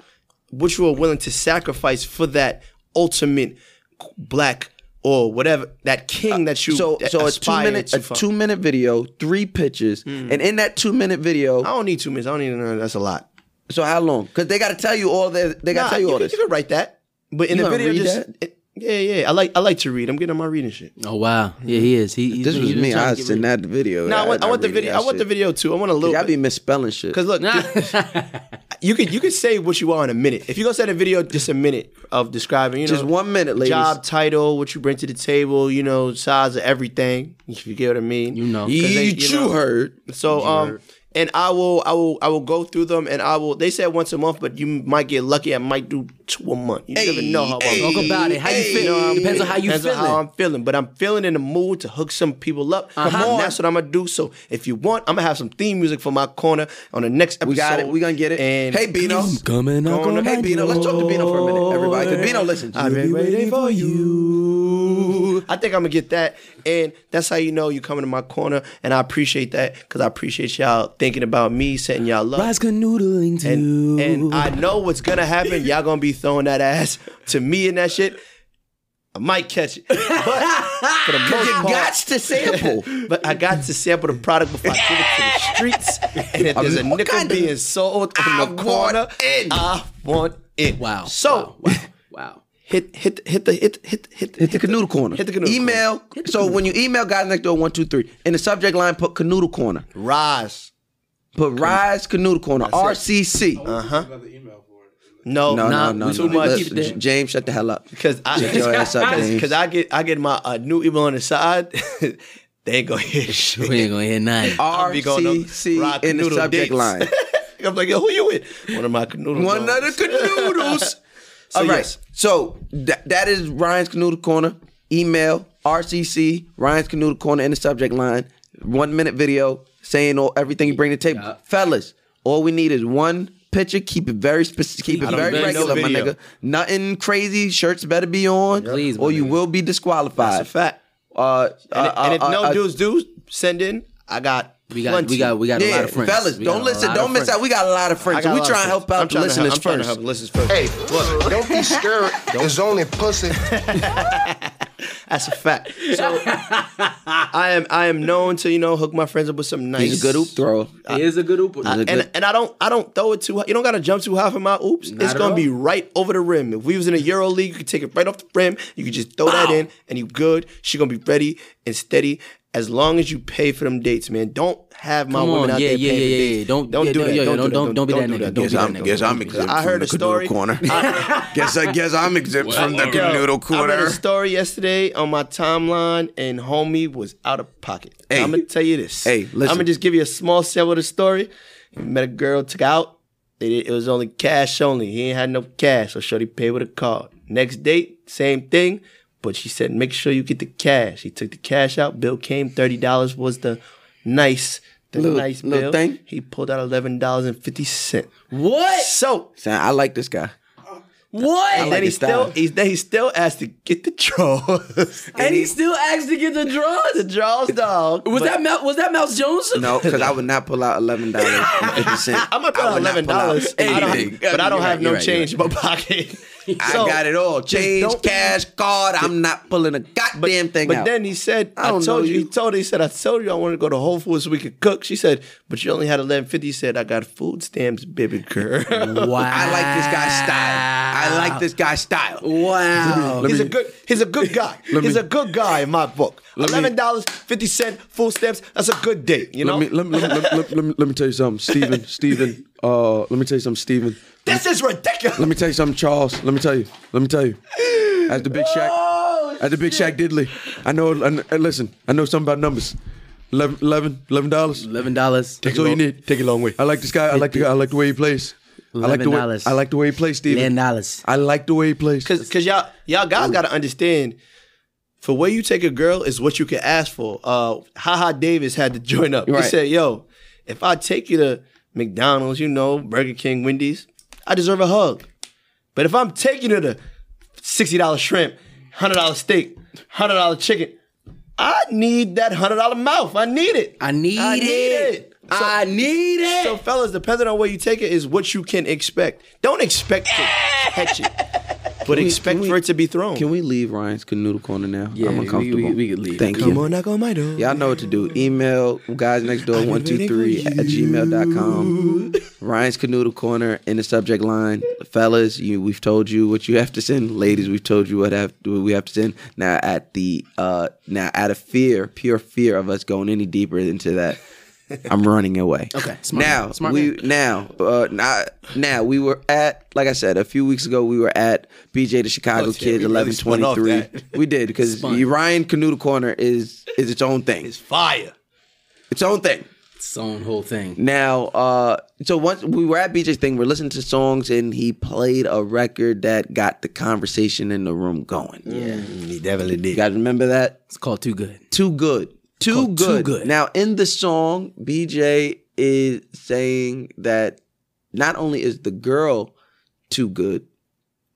B: what you are willing to sacrifice for that ultimate black or whatever that king that you
D: so
B: that
D: so a two
B: aspire Hmm.
D: minute
B: to
D: a
B: fuck.
D: two minute video, three pictures, and in that two minute video,
B: I don't need two minutes. I don't need none. of that. That's a lot.
D: so how long? Because they gotta tell you all their they gotta
B: Nah,
D: tell you all
B: can,
D: this.
B: You can write that, but in
D: You
B: the
D: gonna
B: video,
D: read
B: just
D: that?
B: it- yeah, yeah. I like I like to read. I'm getting on my reading shit.
C: Oh wow, yeah, he is. He, he's
D: Hmm. this was
C: he's
D: me.
C: trying
D: I
C: to get
D: send
C: rid-
D: that video.
B: No, I
D: I'm
B: want, I
D: not
B: want the
D: reading
B: video. I
D: that
B: want the
D: shit.
B: video too. I want a little.
D: Y'all be
B: bit.
D: misspelling shit.
B: Cause look, you can you can say what you want in a minute. If you gonna send a video, just a minute of describing, you know,
D: Just one minute, ladies.
B: job title, what you bring to the table, you know, size of everything. If you get what I mean,
C: You know.
B: 'Cause they-
D: you, you
B: know.
D: heard.
B: So um, and I will I will I will go through them, and I will. They said once a month, but you might get lucky. I might do two a month. You never know how. I'm
C: Talk about it. How you
B: Hey,
C: feel?
B: know what I
C: Depends
B: mean?
C: on how you
B: Depends
C: feeling.
B: on how I'm feeling, but I'm feeling in the mood to hook some people up. Come on, that's what I'm gonna do. So if you want, I'm gonna have some theme music for my corner on the next episode.
D: We got it. We gonna get it.
B: And
D: hey, Bino.
C: coming. I'm
B: Gonna-
D: Hey, Bino. Let's talk to Bino for a minute, everybody. Because Bino, listen.
B: I've been waiting for you. I think I'm gonna get that, and that's how you know you coming to my corner, and I appreciate that because I appreciate y'all thinking about me, setting y'all up.
C: canoodling too.
B: and, and I know what's gonna happen. Y'all gonna be throwing that ass to me and that shit. I might catch it, but for the most
D: You
B: part,
D: got to sample.
B: but I got to sample the product before I give it to the streets. And if there's a
D: I'm-
B: nickel
D: kinda-
B: being sold
D: I
B: on
D: want
B: the corner,
D: it.
B: I want it.
C: Wow.
B: So
C: wow. wow.
B: hit hit hit the hit hit hit
D: Hit the canoodle corner.
B: Hit the canoodle
D: Email.
B: corner.
D: so when you email guys next door one two three in the subject line put canoodle corner.
B: Rise.
D: Put rise canoodle Uh-huh. corner. RCC.
B: No,
D: No,
C: Nah,
D: no, no,
C: we
D: no.
C: too much.
D: Listen,
C: Keep it there.
D: James, shut the hell up.
B: because I
D: Shut your ass up, James.
B: because I get I get my uh, new email on the side. they ain't gonna hear shit.
C: We ain't gonna hear nothing.
B: I'll be going up
D: RCC
B: rock
D: in the
B: noodle
D: subject
B: dicks.
D: line.
B: I'm like, yo, who you with? One of my canoodles.
D: One of the canoodles.
B: So,
D: All right.
B: yes.
D: So tha- that is Ryan's Canoodle Corner. Email RCC Ryan's Canoodle Corner in the subject line. One minute video saying all everything you bring to the table, fellas. All we need is one picture. Keep it very specific. Keep
C: I
D: it
C: don't
D: very
C: need no
D: regular, my
B: video.
D: nigga. Nothing crazy. Shirts better be on,
C: Please, my
D: or you
C: nigga.
D: will be disqualified.
B: That's a fact.
D: Uh,
B: And,
D: uh,
B: and if
D: uh,
B: no
D: uh,
B: dudes do send in, I got
C: We got,
B: plenty.
C: we got, we got a lot
D: yeah,
C: of friends.
D: fellas,
C: We got
D: don't
C: a
D: listen,
C: lot of
D: don't miss
C: friends.
D: out. We got a lot of
B: I
D: friends.
B: got
D: we
B: a lot
D: trying
B: of
D: to help
B: friends. I'm
D: out the
B: trying to help-
D: listeners
B: I'm trying to
D: first.
B: help listeners first.
F: Hey, look, don't be scared. It's only pussy.
B: That's a fact. So I am I am known to you know hook my friends up with some nice
D: He's a good hoop thrower.
C: He is a good ooper.
D: He's a good-
B: Uh, And, and I don't I don't throw it too high. You don't gotta jump too high for my oops. it's
C: at
B: gonna
C: all.
B: be right over the rim. If we was in a Euro league, you could take it right off the rim. You could just throw that in and you good. She gonna be ready and steady as long as you pay for them dates, man. Don't have my
C: Come
B: women
C: on,
B: out
C: yeah,
B: there
C: yeah,
B: paying
C: yeah,
B: for
C: yeah,
B: dates.
C: don't-
B: don't
C: yeah,
B: do
C: don't-
B: that.
C: yeah,
B: don't, do
C: don't-
B: that.
C: don't be that
B: do
C: nigga. Don't be
B: do
C: that
B: that.
C: nigga.
B: Because I heard a story.
D: guess I guess I'm exempt from the
B: Yo, I read a story yesterday on my timeline, and homie was out of pocket.
D: Hey.
B: I'm gonna tell you this.
D: Hey, listen.
B: I'm gonna just give you a small sample of the story. Met a girl, took her out. They did- it was only cash only. He ain't had no cash, so Shorty paid with a card. Next date, same thing, but she said, make sure you get the cash. He took the cash out. Bill came. Thirty dollars was the nice, the
D: Little-
B: nice
D: little
B: bill.
D: thing?
B: He pulled out eleven dollars and fifty cent.
C: What?
B: So
D: Son, I like this guy.
C: What?
B: then he
D: his
B: still
D: style.
B: he's then he still asked to get the draws.
C: And he still asked to get the
B: the
C: draws.
B: draws dog.
C: Was
B: But
C: that Mel, was that Mouse Jones?
D: No, because I would not pull out eleven dollars fifty cent.
B: I'm gonna put out eleven dollars,
D: anything.
B: but I don't
C: You're
B: have
C: right,
B: no
C: you're right,
B: change in my pocket.
D: I
B: So-
D: got it all: change,
B: don't-
D: cash, card. I'm not pulling a goddamn
B: But,
D: thing
B: but
D: out.
B: then he said,
D: I
B: "I,
D: don't know
B: told you." He
D: you.
B: told her, he said, "I told you I wanted to go to Whole Foods so we could cook." She said, "But you only had 11.50." He said, "I got food stamps, baby girl."
C: Wow.
D: uh, I like this guy's style. I like this guy's style.
C: Wow.
B: he's a good. He's a good guy. he's a good guy in my book. Eleven dollars fifty cent, full stamps. That's a good date. You know.
D: let me, let, me, let, me, let, me, let me tell you something, Stephen. Stephen, uh, let me tell you something, Stephen.
B: this is ridiculous.
D: Let me tell you something, Charles. Let me tell you. Let me tell you. As the big Shaq,
C: Oh,
D: as the big Shaq Diddley, I know. I know- listen, I know something about numbers. 11 11 dollars.
C: Eleven dollars.
D: That's all you need.
B: Take it long way.
D: I like this guy. I like the guy. I like the way he plays. I like the way.
C: $11.
D: I like the way he plays,
C: Eleven
D: Steven.
C: dollars.
D: I like the way he plays.
B: Cause, cause y'all, y'all guys gotta understand. For where you take a girl is what you can ask for. Uh, Haha Davis had to join up.
D: Right.
B: He said, "Yo, if I take you to McDonald's, you know Burger King, Wendy's, I deserve a hug. But if I'm taking you to the sixty dollar shrimp, hundred dollar steak, hundred dollar chicken. I need that hundred dollar mouth. I need it.
C: I need
B: I
C: it.
B: need it.
C: I need it.
B: So, fellas, depending on where you take it, is what you can expect. Don't expect to catch it, but expect
D: we-
B: for it to be thrown.
D: Can we leave Ryan's canoodle corner now?
C: Yeah,
D: I'm
C: we- we-
D: uncomfortable.
C: we- we can leave.
D: Thank
C: Come
D: you.
B: on, knock on my door.
D: Y'all know what to do. Email guys next door 123 at gmail.com. Ryan's Canoodle Corner in the subject line. Fellas, you we've told you what you have to send. Ladies, we've told you what have what we have to send. Now at the uh now out of fear, pure fear of us going any deeper into that. I'm running away.
C: Okay, smart
D: Now
C: man, smart
D: we
C: man.
D: now uh not, now we were at like I said a few weeks ago we were at BJ the
B: Oh,
D: Chicago
B: yeah,
D: Kid
B: we really
D: eleven
B: spun off
D: twenty three.
B: that.
D: We did because
C: Spun.
D: Ryan Canoodle Corner is is its own thing
B: It's fire.
D: its own thing.
C: Its own whole thing.
D: Now, uh, so once we were at BJ's thing, we're listening to songs, and he played a record that got the conversation in the room going. Yeah,
B: He definitely
D: you
B: did.
D: guys remember that?
C: It's called Too Good.
D: Too good, too
C: called Too
D: good.
C: Good.
D: Now, in the song, BJ is saying that not only is the girl too good,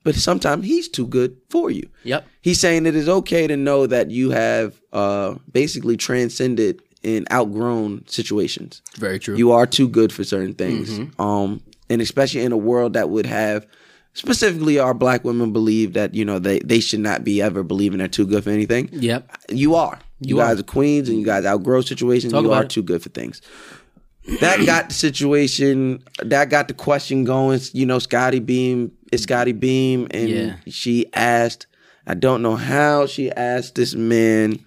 D: but sometimes he's too good for you.
C: Yep.
D: He's saying it is okay to know that you have uh, basically transcended and outgrown situations.
C: Very true.
D: You are too good for certain things. Um, and especially in a world that would have specifically our black women believe that, you know, they, they should not be ever believing they're too good for anything.
C: Yep.
D: You are. You,
C: You are.
D: guys are. queens and you guys outgrow situations.
C: Talk
D: you
C: about
D: are
C: it.
D: too good for things. That got the situation, that got the question going. You know, Scotty Beam is Scotty Beam. And
C: Yeah.
D: she asked, I don't know how she asked this man.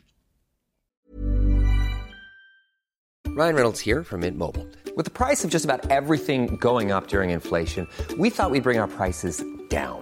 H: Ryan Reynolds here from Mint Mobile. With the price of just about everything going up during inflation, we thought we'd bring our prices down.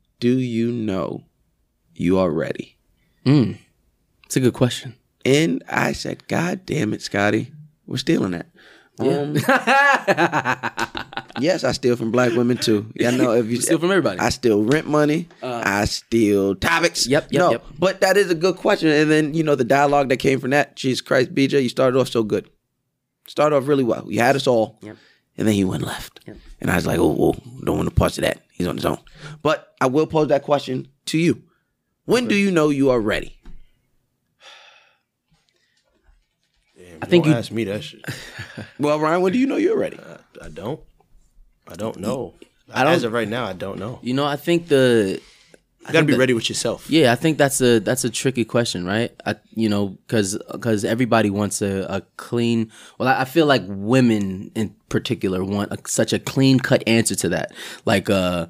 D: do you know you are ready?
C: Mm. It's a good question.
D: And I said, God damn it, Scotty. We're stealing that. Um, yes, I steal from black women too. Y'all know if you
C: steal from everybody. Uh.
D: I steal rent money. I steal topics.
C: Yep, yep,
D: no,
C: yep.
D: But that is a good question. And then, you know, the dialogue that came from that, Jesus Christ, BJ, you started off so good. Started off really well. You had us all. Yep. And then he went left. And I was like, oh, oh, don't want to parts of that. He's on his own. But I will pose that question to you. When do you know you are ready?
C: I think
B: Don't
C: you.
B: ask me that shit.
D: Well, Ryan, when do you know you're ready?
B: I don't. I don't know. I don't, As of right now, I don't know. You
C: You know, I think the
B: gotta be ready with yourself.
C: Yeah, I think that's a that's a tricky question, right? I, you know, because everybody wants a, a clean. Well, I, I feel like women in particular want a, such a clean cut answer to that. Like, uh,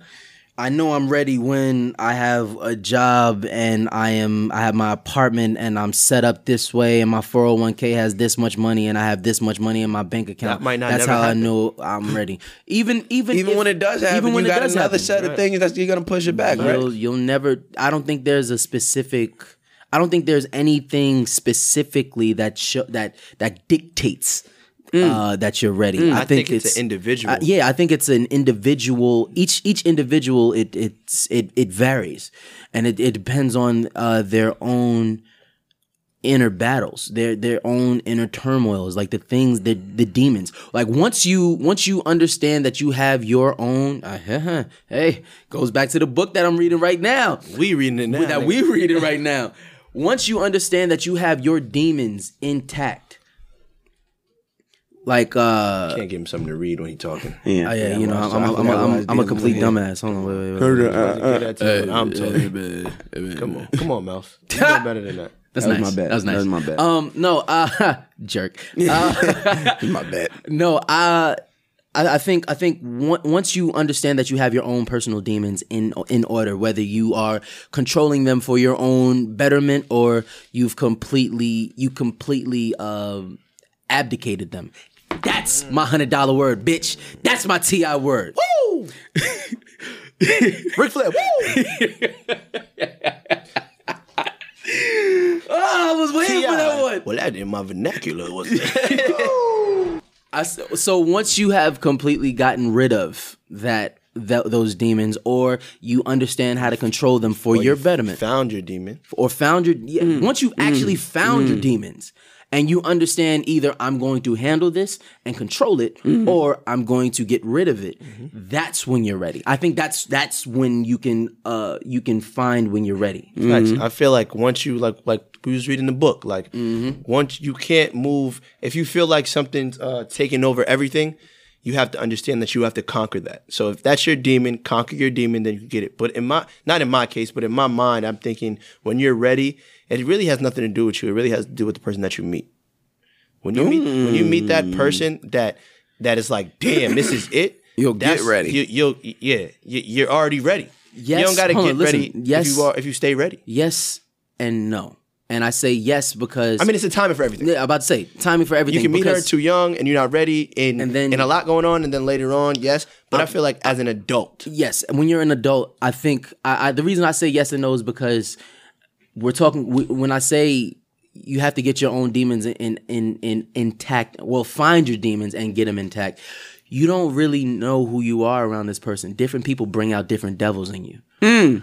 C: I know I'm ready when I have a job and I am I have my apartment and I'm set up this way and my 401k has this much money and I have this much money in my bank account.
B: might not
C: That's
B: never
C: how
B: happen.
C: I know I'm ready. Even even
D: even
C: if-
D: when it does happen, you got
C: does
D: another
C: happen.
D: set of things that you're gonna push it back, right?
C: You'll you'll never. I don't think there's a specific. I don't think there's anything specifically that sho that that dictates uh, that you're ready. I,
B: Mm. I think it's an individual.
C: uh, yeah, I think it's an individual. Each each individual it it's it it varies, and it, it depends on uh, their own inner battles, their their own inner turmoils, like the things the the demons. Like once you once you understand that you have your own, uh, hey, goes back to the book that I'm reading right now
B: We reading it now.
C: that we reading right now. Once you understand that you have your demons intact, like uh,
B: can't give him something to read when he talking.
D: Yeah,
C: Oh, yeah, you know, I'm, I'm, I'm, I'm, I'm, a complete dumbass. Hold on, wait, wait, wait.
B: Give that to him when I'm talking. Come on, come on, Mouse. You know better than that.
C: That's
D: That was
C: nice.
D: my bad.
C: That was nice.
D: That was my bad.
C: Um, no, uh, jerk. Uh,
D: my bad.
C: No, I, I, I think I think on- once you understand that you have your own personal demons in in order, whether you are controlling them for your own betterment or you've completely you completely um, abdicated them. That's my hundred dollar word, bitch. That's my ti word. Woo! Ric Flair. Woo! oh, I was waiting for that one.
B: Well, that in my vernacular was it?
C: I s so once you have completely gotten rid of that, tho- those demons, or you understand how to control them for your betterment,
B: found your demon,
C: or found your yeah, once you've actually found your demons, and you understand either I'm going to handle this and control it, or I'm going to get rid of it.
B: Mm-hmm.
C: That's when you're ready. I think that's that's when you can uh you can find when you're ready.
B: Facts.
D: Mm-hmm.
B: I feel like once you like like we was reading the book, like
D: Mm-hmm.
B: once you can't move if you feel like something's uh taking over everything, you have to understand that you have to conquer that. So if that's your demon, conquer your demon, then you get it. But in my not in my case, but in my mind, I'm thinking when you're ready, it really has nothing to do with you. It really has to do with the person that you meet. When you meet when you meet that person that that is like, damn, this is it.
D: Mm. You'll get
B: that's-
D: ready.
B: You, you'll yeah, you, you're already ready.
C: Yes,
B: you don't gotta
C: hold on,
B: get
C: listen,
B: ready
C: yes.
B: if you are if you stay ready.
C: Yes and no, and I say yes because
B: I mean, it's a timing for everything.
C: yeah, I'm about to say timing for everything.
B: You can meet her
C: because-
B: too young, and you're not ready, and
C: And
B: and,
C: then-
B: a lot going on, and then later on, yes. But i feel like as an adult,
C: Yes, and when you're an adult, I think I, I the reason I say yes and no is because we're talking. We, when I say you have to get your own demons in in in intact, well, find your demons and get them intact. You don't really know who you are around this person. Different people bring out different devils in you.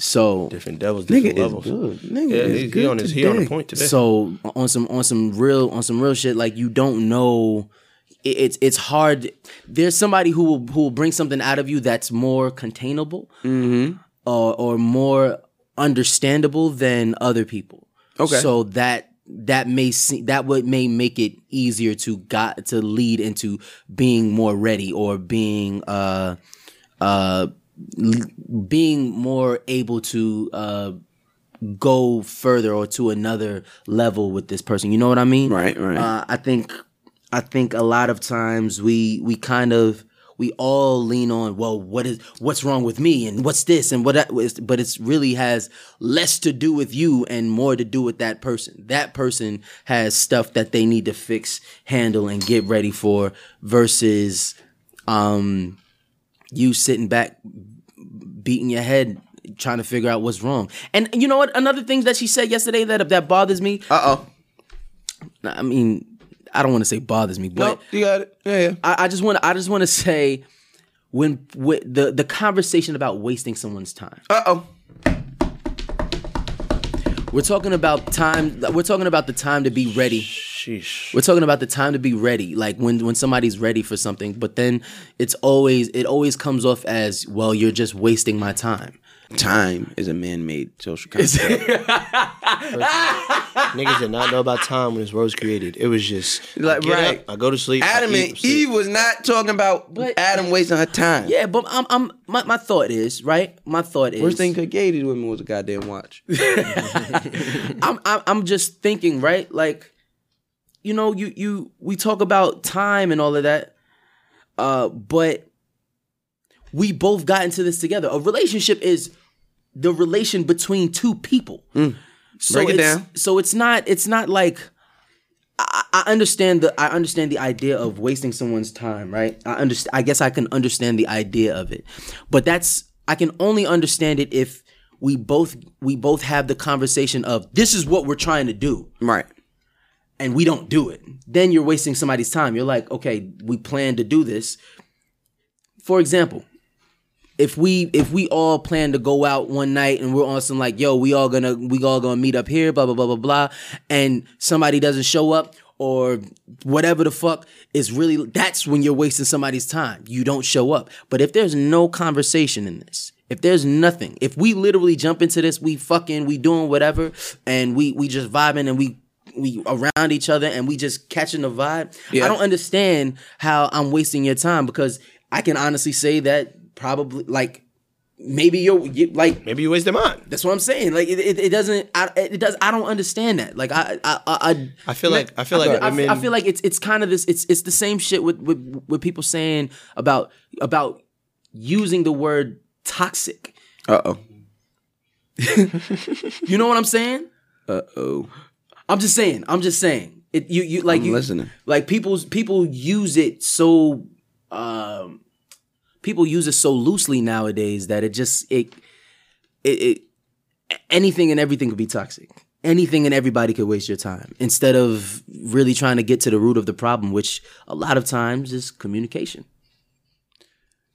C: So
B: different devils, different
D: is
B: levels.
D: good. Nigga
B: yeah,
D: is
B: he- he
D: good
B: on his, he on
D: today.
B: the point today.
C: so on some on some real on some real shit like you don't know it- it's it's hard there's somebody who will who will bring something out of you that's more containable or or more understandable than other people
D: Okay.
C: so that that may seem that would may make it easier to got to lead into being more ready or being uh uh l- being more able to uh go further or to another level with this person. You know what I mean?
D: Right, right.
C: Uh, I think I think a lot of times we we kind of we all lean on well what is what's wrong with me and what's this and what that was but it's really has less to do with you and more to do with that person that person has stuff that they need to fix handle and get ready for versus um you sitting back beating your head trying to figure out what's wrong and you know what another thing that she said yesterday that that bothers me
D: Uh oh.
C: i mean i don't want to say bothers me but
D: Nope. You got it. Yeah, yeah.
C: I, I just want I just want to say when, when the the conversation about wasting someone's time.
D: Uh oh.
C: We're talking about time. We're talking about the time to be ready.
B: Sheesh.
C: We're talking about the time to be ready, like when when somebody's ready for something. But then it's always it always comes off as well. You're just wasting my time.
D: Time is a man-made social construct.
B: Niggas did not know about time when this world was created. It was just
D: Like,
B: I get
D: right.
B: up, I go to sleep. I
D: Adam
B: eat,
D: and
B: sleep.
D: Eve was not talking about Adam wasting her time.
C: Yeah, but I'm I'm my, my thought is right. My thought is
D: First thing could gave these women was a goddamn watch.
C: I'm, I'm I'm just thinking, right? Like, you know, you you we talk about time and all of that, uh, but we both got into this together. A relationship is the relation between two people. So
D: Mm. Break it
C: it's,
D: down.
C: So it's not it's not like I, I understand the I understand the idea of wasting someone's time, right? I understand. I guess I can understand the idea of it, but that's I can only understand it if we both we both have the conversation of this is what we're trying to do
D: right.
C: and we don't do it, then you're wasting somebody's time. You're like, okay, we plan to do this. For example, if we if we all plan to go out one night and we're on some like, yo, we all gonna we all gonna meet up here, blah blah blah blah blah, and somebody doesn't show up or whatever the fuck is really that's when you're wasting somebody's time. You don't show up. But if there's no conversation in this, if there's nothing, if we literally jump into this, we fucking, we doing whatever, and we we just vibing and we we around each other and we just catching the vibe. I don't understand how I'm wasting your time because I can honestly say that probably like maybe you're you, like
B: maybe you waste their mind.
C: That's what I'm saying. Like it, it, it doesn't. I, it does. I don't understand that. Like I I I,
B: I feel like I feel like
C: I,
B: women-
C: I feel like it's it's kind of this. It's it's the same shit with with with people saying about about using the word toxic.
D: Uh oh.
C: You know what I'm saying?
D: Uh oh.
C: I'm just saying. I'm just saying. It you you like
D: I'm
C: you
D: listening.
C: like people's people use it so um people use it so loosely nowadays that it just it it, it anything and everything could be toxic. Anything and everybody could waste your time instead of really trying to get to the root of the problem, which a lot of times is communication.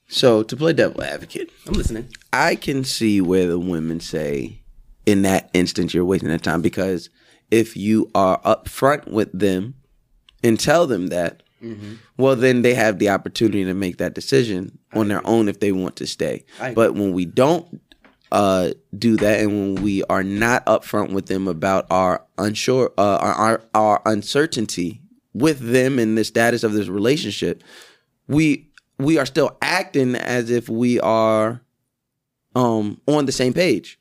D: So to play devil advocate,
C: I'm listening.
D: I can see where the women say, in that instance, you're wasting their time because if you are upfront with them and tell them that, well, then they have the opportunity to make that decision on their own if they want to stay. But when we don't uh, do that, and when we are not upfront with them about our unsure, uh, our, our our uncertainty with them and the status of this relationship, we we are still acting as if we are um on the same page.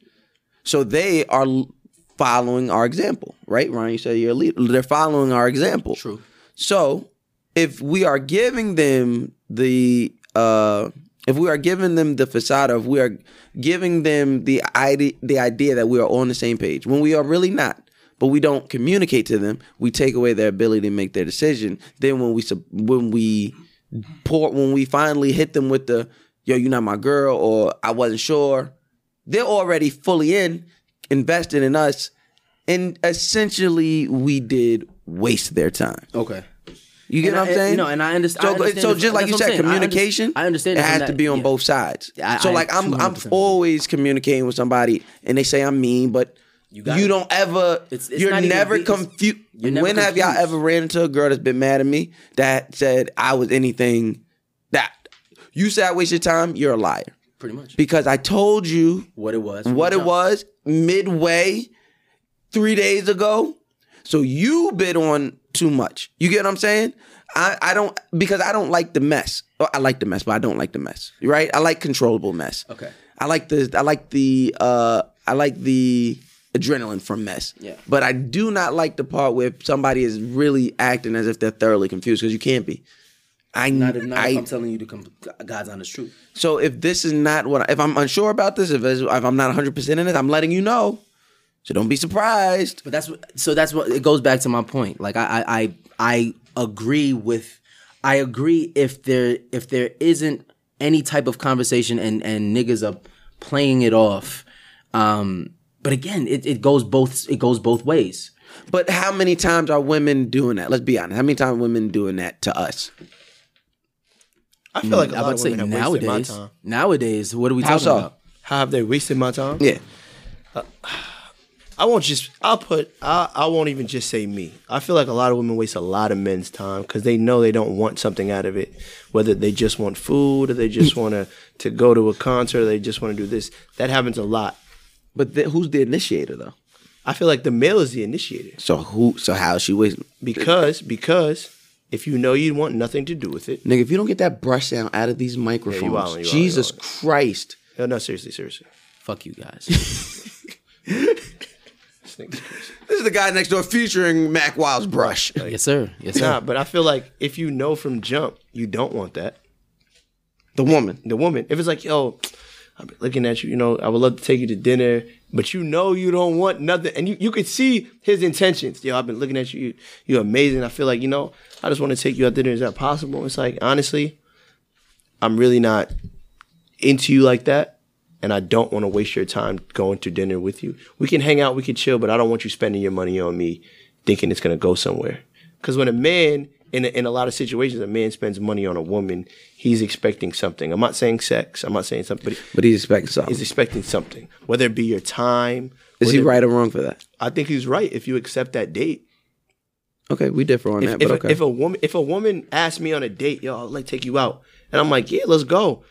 D: So they are l- following our example, right? Ryan, you said you're a leader. They're following our example. True. So if we are giving them the uh if we are giving them the facade of we are giving them the idea the idea that we are on the same page when we are really not but we don't communicate to them we take away their ability to make their decision then when we sub- when we pour when we finally hit them with the yo you're not my girl or i wasn't sure they're already fully in invested in us and essentially we did waste their time
C: Okay.
D: you get
C: And
D: what
C: I-
D: I'm saying?
C: no, and I underst- I
D: So,
C: understand
D: so
C: the-
D: just like
C: that's
D: you
C: what I'm
D: said,
C: saying. I under-
D: communication.
C: I understand
D: It
C: it from
D: has to
C: that-
D: be on
C: yeah.
D: both sides.
C: I-
D: so
C: I
D: like I'm I'm
C: 200%
D: always communicating with somebody, and they say I'm mean, but you,
C: got it.
D: don't ever.
C: It's- it's
D: you're
C: not even
D: never
C: be- it's-
D: confused.
C: you're never
D: When have y'all
C: confused.
D: ever ran into a girl that's been mad at me that said I was anything that you said I wasted time? You're a liar
C: Pretty much
D: because I told you
C: what it was.
D: what it
C: No.
D: was midway three days ago. So you bid on too much. You get what I'm saying? I, I don't because I don't like the mess. Well, I like the mess, but I don't like the mess. Right? I like controllable mess.
C: Okay.
D: I like the I like the uh I like the adrenaline from mess.
C: Yeah.
D: But I do not like the part where somebody is really acting as if they're thoroughly confused because you can't be. I
C: Not if, not
D: I,
C: if I'm telling you the com- God's honest truth.
D: so if this is not what, if I'm unsure about this, if, if I'm not 100% in it, I'm letting you know. So don't be surprised.
C: But that's what, so that's what it goes back to my point. Like I I I, I agree with I agree if there if there isn't any type of conversation and and niggas are playing it off. Um but again, it, it goes both it goes both ways.
D: But how many times are women doing that? Let's be honest. How many times women doing that to us?
B: I feel like a
C: I
B: lot
C: would
B: of
C: say
B: women have wasted my
C: nowadays
B: time.
C: nowadays what are we
D: How
C: talking
D: so?
C: about?
B: How have they wasted my time?
D: Yeah.
B: I won't just. I'll put. I, I won't even just say me. I feel like a lot of women waste a lot of men's time because they know they don't want something out of it. Whether they just want food or they just want to to go to a concert, or they just want to do this. That happens a lot.
D: But th- who's the initiator though?
B: I feel like the male is the initiator
D: So who? So how is she wasting?
B: because because if you know you want nothing to do with it.
D: Nigga, if you don't get that brush down out of these microphones,
B: wildin', you wildin',
D: Jesus
B: you
D: Christ.
B: No, no, seriously, seriously.
C: Fuck you guys.
D: This is the guy next door featuring Mac Wild's brush.
C: yes sir. Yes sir.
B: Nah, but I feel like if you know from jump you don't want that,
D: the woman.
B: the woman. If it's like, yo, I've been looking at you, you know, I would love to take you to dinner, but you know you don't want nothing. And you, you could see his intentions. Yo, I've been looking at you, you you're amazing. I feel like, you know, I just want to take you out dinner. Is that possible? It's like, honestly, I'm really not into you like that. And I don't want to waste your time going to dinner with you. We can hang out, we can chill, but I don't want you spending your money on me thinking it's gonna go somewhere. Because when a man in a, in a lot of situations, a man spends money on a woman, he's expecting something. I'm not saying sex. I'm not saying something. But
D: But he's expecting something.
B: he's expecting something, whether it be your time.
D: is he
B: whether-
D: right or wrong for that?
B: I think he's right if you accept that date.
D: Okay, we differ on
B: If,
D: that,
B: if,
D: but okay.
B: if a woman if a woman asked me on a date, yo, I'll like take you out, and I'm like, yeah, let's go.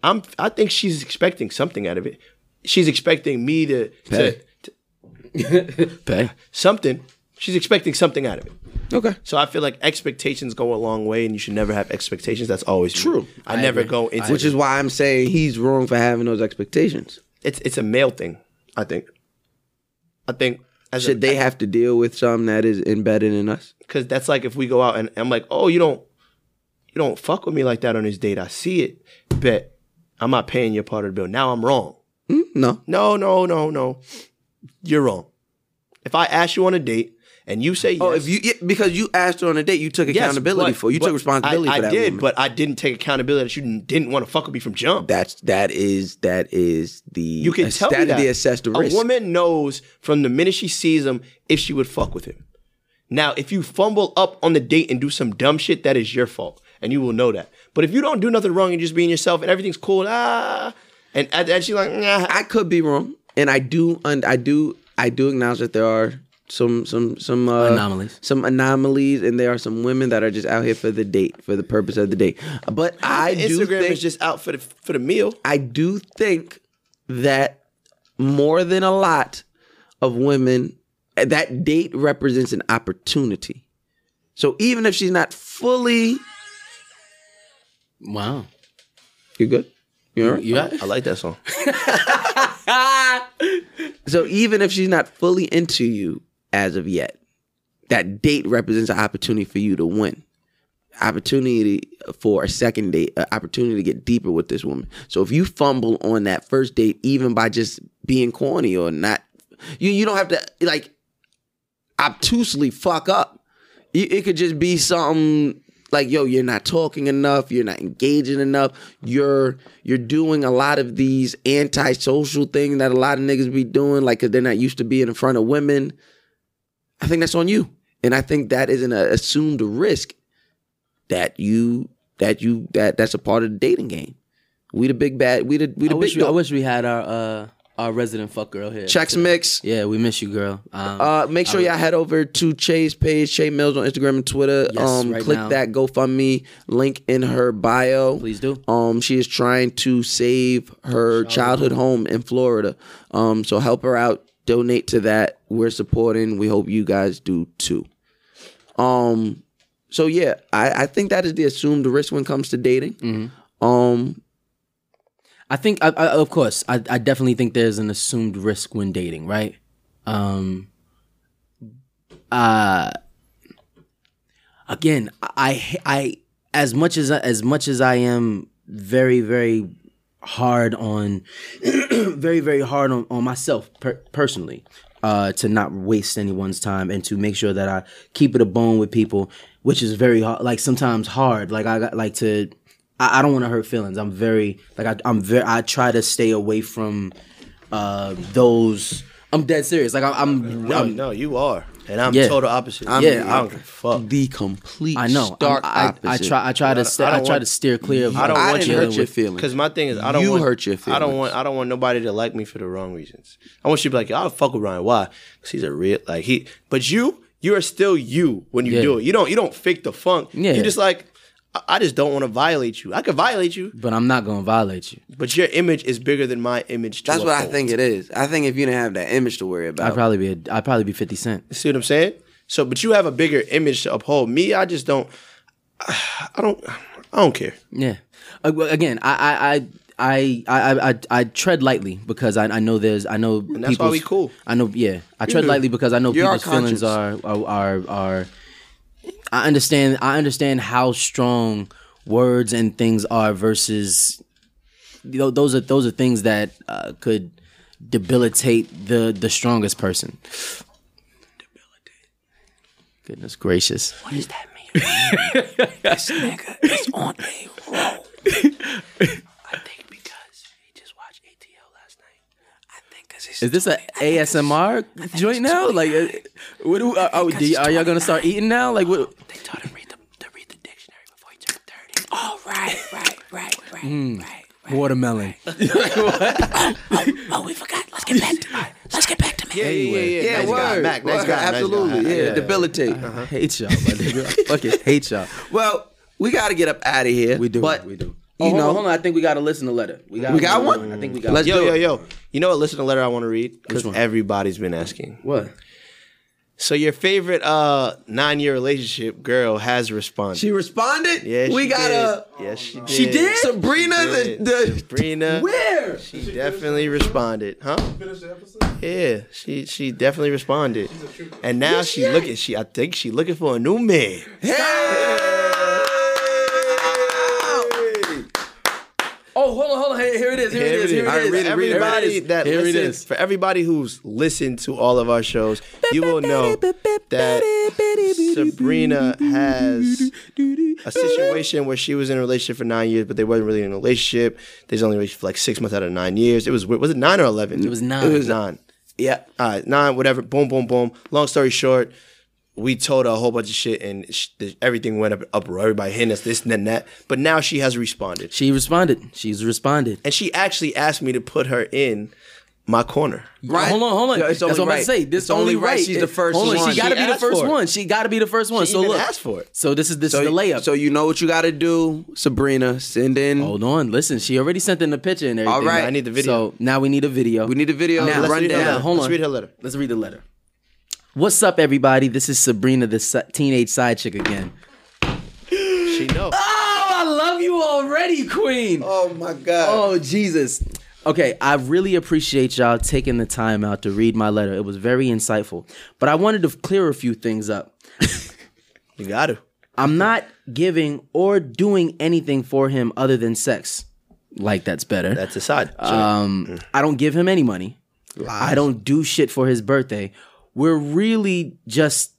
B: I'm I think she's expecting something out of it. She's expecting me to, to,
D: Pay.
B: to
C: Pay.
B: something. She's expecting something out of it.
D: Okay.
B: So I feel like expectations go a long way, and you should never have expectations. That's always me.
D: True.
B: I, never go into
D: Which is why I'm saying he's wrong for having those expectations.
B: it's it's a male thing. I think. I think as
D: Should they have to deal with something that is embedded in us?
B: because that's like if we go out and I'm like, oh, you don't, you don't fuck with me like that on this date. I see it, but I'm not paying your part of the bill. Now I'm wrong.
D: No.
B: No, no, no, no. You're wrong. If I ask you on a date and you say yes,
D: Oh, if you yeah, because you asked her on a date, you took
B: yes,
D: accountability
B: but-
D: for. it. You
B: but
D: took responsibility
B: I,
D: for that.
B: I did,
D: woman.
B: but I didn't take accountability that you didn't- didn't want to fuck with me from jump.
D: that's that is that is the
B: You can tell
D: that
B: me
D: is
B: that
D: the assessed risk.
B: A woman knows from the minute she sees him if she would fuck with him. Now, if you fumble up on the date and do some dumb shit, that is your fault, and you will know that. But if you don't do nothing wrong and just being yourself and everything's cool, ah, and at that she's like, nah,
D: I could be wrong, and I do und- I do I do acknowledge that there are some some some uh,
C: Anomalies.
D: some anomalies, and there are some women that are just out here for the date for the purpose of the date. But I do
B: Instagram
D: think
B: is just out for the for the meal.
D: I do think that more than a lot of women, that date represents an opportunity. So even if she's not fully,
C: Wow.
D: you good. You all right?
C: You got it?
B: I like that song.
D: So even if she's not fully into you as of yet, that date represents an opportunity for you to win. Opportunity for a second date, an opportunity to get deeper with this woman. So if you fumble on that first date, even by just being corny or not, you you don't have to like obtusely fuck up. It, it could just be something like, yo, you're not talking enough, you're not engaging enough, you're you're doing a lot of these antisocial things that a lot of niggas be doing, like they they're not used to being in front of women. I think that's on you, and I think that is an uh, assumed risk that you that you that that's a part of the dating game. We the big bad, we the we
C: I
D: the
C: wish
D: big
C: we, I
D: dog.
C: wish we had our uh our resident fuck girl here.
D: Checks mix.
C: Yeah, we miss you, girl. Um,
D: Uh, make sure y'all head over to Che's page, Che Mills on Instagram and Twitter.
C: Yes,
D: um,
C: right
D: click
C: now.
D: that GoFundMe link in her bio.
C: Please do.
D: Um, she is trying to save her childhood home in Florida. Um, so help her out. Donate to that. We're supporting. We hope you guys do too. Um, so yeah, I, I think that is the assumed risk when it comes to dating.
C: Mm-hmm.
D: Um,
C: I think, I, I, of course, I, I definitely think there's an assumed risk when dating, right? Um, uh, again, I, I, as much as as much as I am very, very hard on, very, very hard on on myself per- personally, uh, to not waste anyone's time and to make sure that I keep it a bone with people, which is very hard. Like sometimes hard. Like I got like to I, I don't want to hurt feelings. I'm very like I, I'm very. I try to stay away from uh those. I'm dead serious. Like I, I'm.
B: No,
C: I'm-
B: no, you are, and I'm
C: Yeah.
B: total opposite.
C: I'm-
B: yeah, I
C: I'm-
B: don't give a fuck.
D: the complete
C: I know.
D: stark
C: I, I, I
D: opposite.
C: try. I try to. Stay,
B: I
C: I,
B: don't
C: try
B: want-
C: to steer clear of.
B: I don't want
D: I didn't
B: you
C: dealing
D: hurt your
C: with-
D: feelings.
B: Because my thing is, I don't
D: You
B: want
D: hurt your
B: I don't
D: feelings.
B: want I don't want nobody to like me for the wrong reasons. I want you to be like, I'll fuck with Ryan. Why? Because he's a real like he. But you, you are still you when you
C: Yeah.
B: do it. You don't you don't fake the funk.
C: Yeah.
B: You just like, I, I just don't want to violate you. I could violate you,
C: But I'm not gonna violate you.
B: but your image is bigger than my image. To
D: that's what I
B: uphold.
D: think it is. I think if you didn't have that image to worry about,
C: I'd probably be. A, I'd probably be Fifty Cent.
B: See what I'm saying? So, but you have a bigger image to uphold. Me, I just don't. I don't. I don't care.
C: Yeah. Uh, well, Again, I. I. I. I. I. I, I tread lightly because I, I know there's. I know. And
B: that's why we cool.
C: I know. Yeah. I tread lightly because I know
D: You're our
C: people's feelings are
D: conscience.
C: are are. are I understand. I understand how strong words and things are versus. You know, those are those are things that uh, could debilitate the the strongest person. Debilitate. Goodness gracious. Is this a ASMR joint now? Like, uh, what do, are, are, do- are y'all gonna start eating now? Like, what?
I: Oh, right, right, right, right, right, right.
C: Hmm. Watermelon.
I: Oh, we forgot. Let's get back to it. Let's get back to me.
B: Yeah, yeah, nice guy, Mac, nice guy, nice guy.
D: absolutely, yeah, debilitate.
C: hate y'all, my nigga. Fucking hate y'all.
D: Well, we got to get up out of here.
C: We do.
D: but
C: we do. Oh,
D: You know,
C: hold on. I think we got to listen to letter. We got.
D: We got one?
C: I think we got.
D: Let's
C: one.
D: do
B: Yo,
D: it.
B: yo, yo. You know what? Listen to letter I want to read because everybody's been asking.
C: What?
B: So your favorite uh nine-year relationship girl has responded.
D: She responded.
B: Yeah,
D: we
B: she
D: got
B: did.
D: a.
B: Yes, she did.
D: She did? Sabrina
B: She
D: the-
B: did.
D: the-
B: Sabrina.
D: Where?
B: She definitely responded, huh? Yeah, she she definitely responded, and now she looking. She I think she looking for a new man.
D: Oh, hold on, hold on. Here, here it is. Here, it is. Here it is.
B: everybody
D: Here it is.
B: that
D: Here it
B: listens,
D: is.
B: for everybody who's listened to all of our shows, you will know that Sabrina has a situation where she was in a relationship for nine years, but they weren't really in a relationship. They was only relationship for like six months out of nine years. It was weird. was it nine or eleven? It
C: was nine.
B: It was nine.
D: Yeah.
B: All right, nine, whatever. Boom, boom, boom. Long story short, we told her a whole bunch of shit, and sh- everything went up uproar. Everybody hitting us, this and then that. But now she has responded.
C: She responded. She's responded.
B: And she actually asked me to put her in my corner.
D: Right.
C: Hold on, hold on.
D: Yeah, it's
C: That's what
D: only
C: I'm about to
D: right.
C: say. This
D: It's only right. She's the first
C: hold on.
D: one.
C: She got to
D: She
C: be the
D: asked
C: first
D: for it.
C: one. She got to be the first one.
B: She
C: so
B: even
C: look,
B: asked for it.
C: so this is this
D: So
C: is the layup. Oh,
D: So you know what you got to do, Sabrina. Send in.
C: hold on, listen. She already sent in the picture and everything.
D: All right.
B: I need the video.
C: So now we need a video.
D: We need a video.
C: Now,
B: let's
D: run
B: read her
D: down.
C: now,
B: letter.
C: hold
B: Let's
C: on.
B: read her letter.
C: Let's read the letter. What's up, everybody? This is Sabrina, the si- teenage side chick again.
B: She knows.
C: Oh, I love you already, Queen.
D: Oh my God.
C: Oh, Jesus. Okay, I really appreciate y'all taking the time out to read my letter. It was very insightful. But I wanted to clear a few things up.
B: You got to.
C: I'm not giving or doing anything for him other than sex. Like that's better.
B: That's a side.
D: Uh,
C: Um, I don't give him any money. I don't do shit for his birthday. We're really just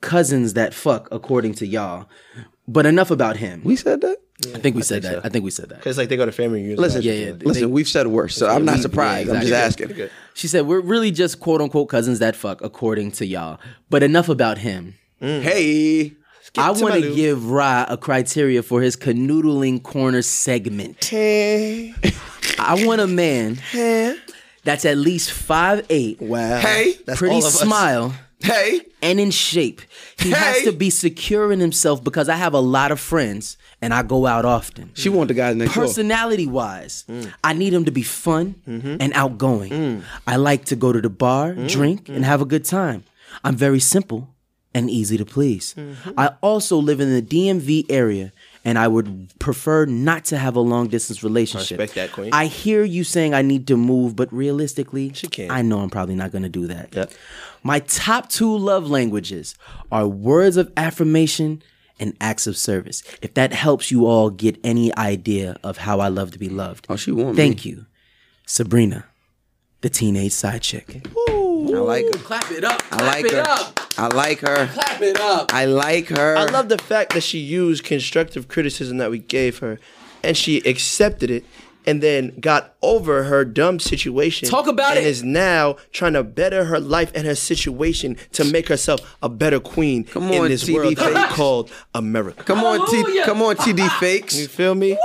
C: cousins that fuck, according to y'all. But enough about him.
D: We said that.
C: I think we said that. I think we said that.
B: Because like they go to family reunions.
D: Listen,
C: Yeah, yeah. they-
D: listen. we've said worse, so I'm not surprised.
C: yeah,
D: I'm just
C: exactly.
D: asking.
C: She said, We're really just quote unquote cousins that fuck, according to y'all. But enough about him.
D: Hey.
C: I
B: to
C: want
B: my
C: to
B: loo.
C: give Ra a criteria for his canoodling corner segment. I want a man that's at least 5'8,
B: Wow.
D: Hey.
B: That's
C: pretty
B: all of us.
C: smile,
D: Hey.
C: and in shape. He has
D: Hey.
C: to be secure in himself because I have a lot of friends and I go out often.
D: She wanted the guys next door.
C: Personality wise, I need him to be fun and outgoing. I like to go to the bar, drink, and have a good time. I'm very simple and easy to please. I also live in the DMV area. And I would prefer not to have a long distance relationship.
B: Respect that, queen.
C: I hear you saying I need to move, but realistically,
B: She can't.
C: I know I'm probably not going to do that.
B: Yep.
C: My top two love languages are words of affirmation and acts of service. If that helps you all get any idea of how I love to be loved.
D: Oh, she want me.
C: Thank you, Sabrina, the teenage side chick.
D: I like her.
C: Clap it up.
D: I like her. I like her.
C: Clap it up.
D: I like her.
B: I love the fact that she used constructive criticism that we gave her, and she accepted it, and then got over her dumb situation.
C: Talk about
B: and
C: it.
B: is now trying to better her life and her situation to make herself a better queen
D: Come
B: in
D: on,
B: this
D: TD
B: world
D: Fakes.
B: called America.
D: Come on, T-
C: Hallelujah.
D: come on, TD
B: You
D: fakes.
B: feel me?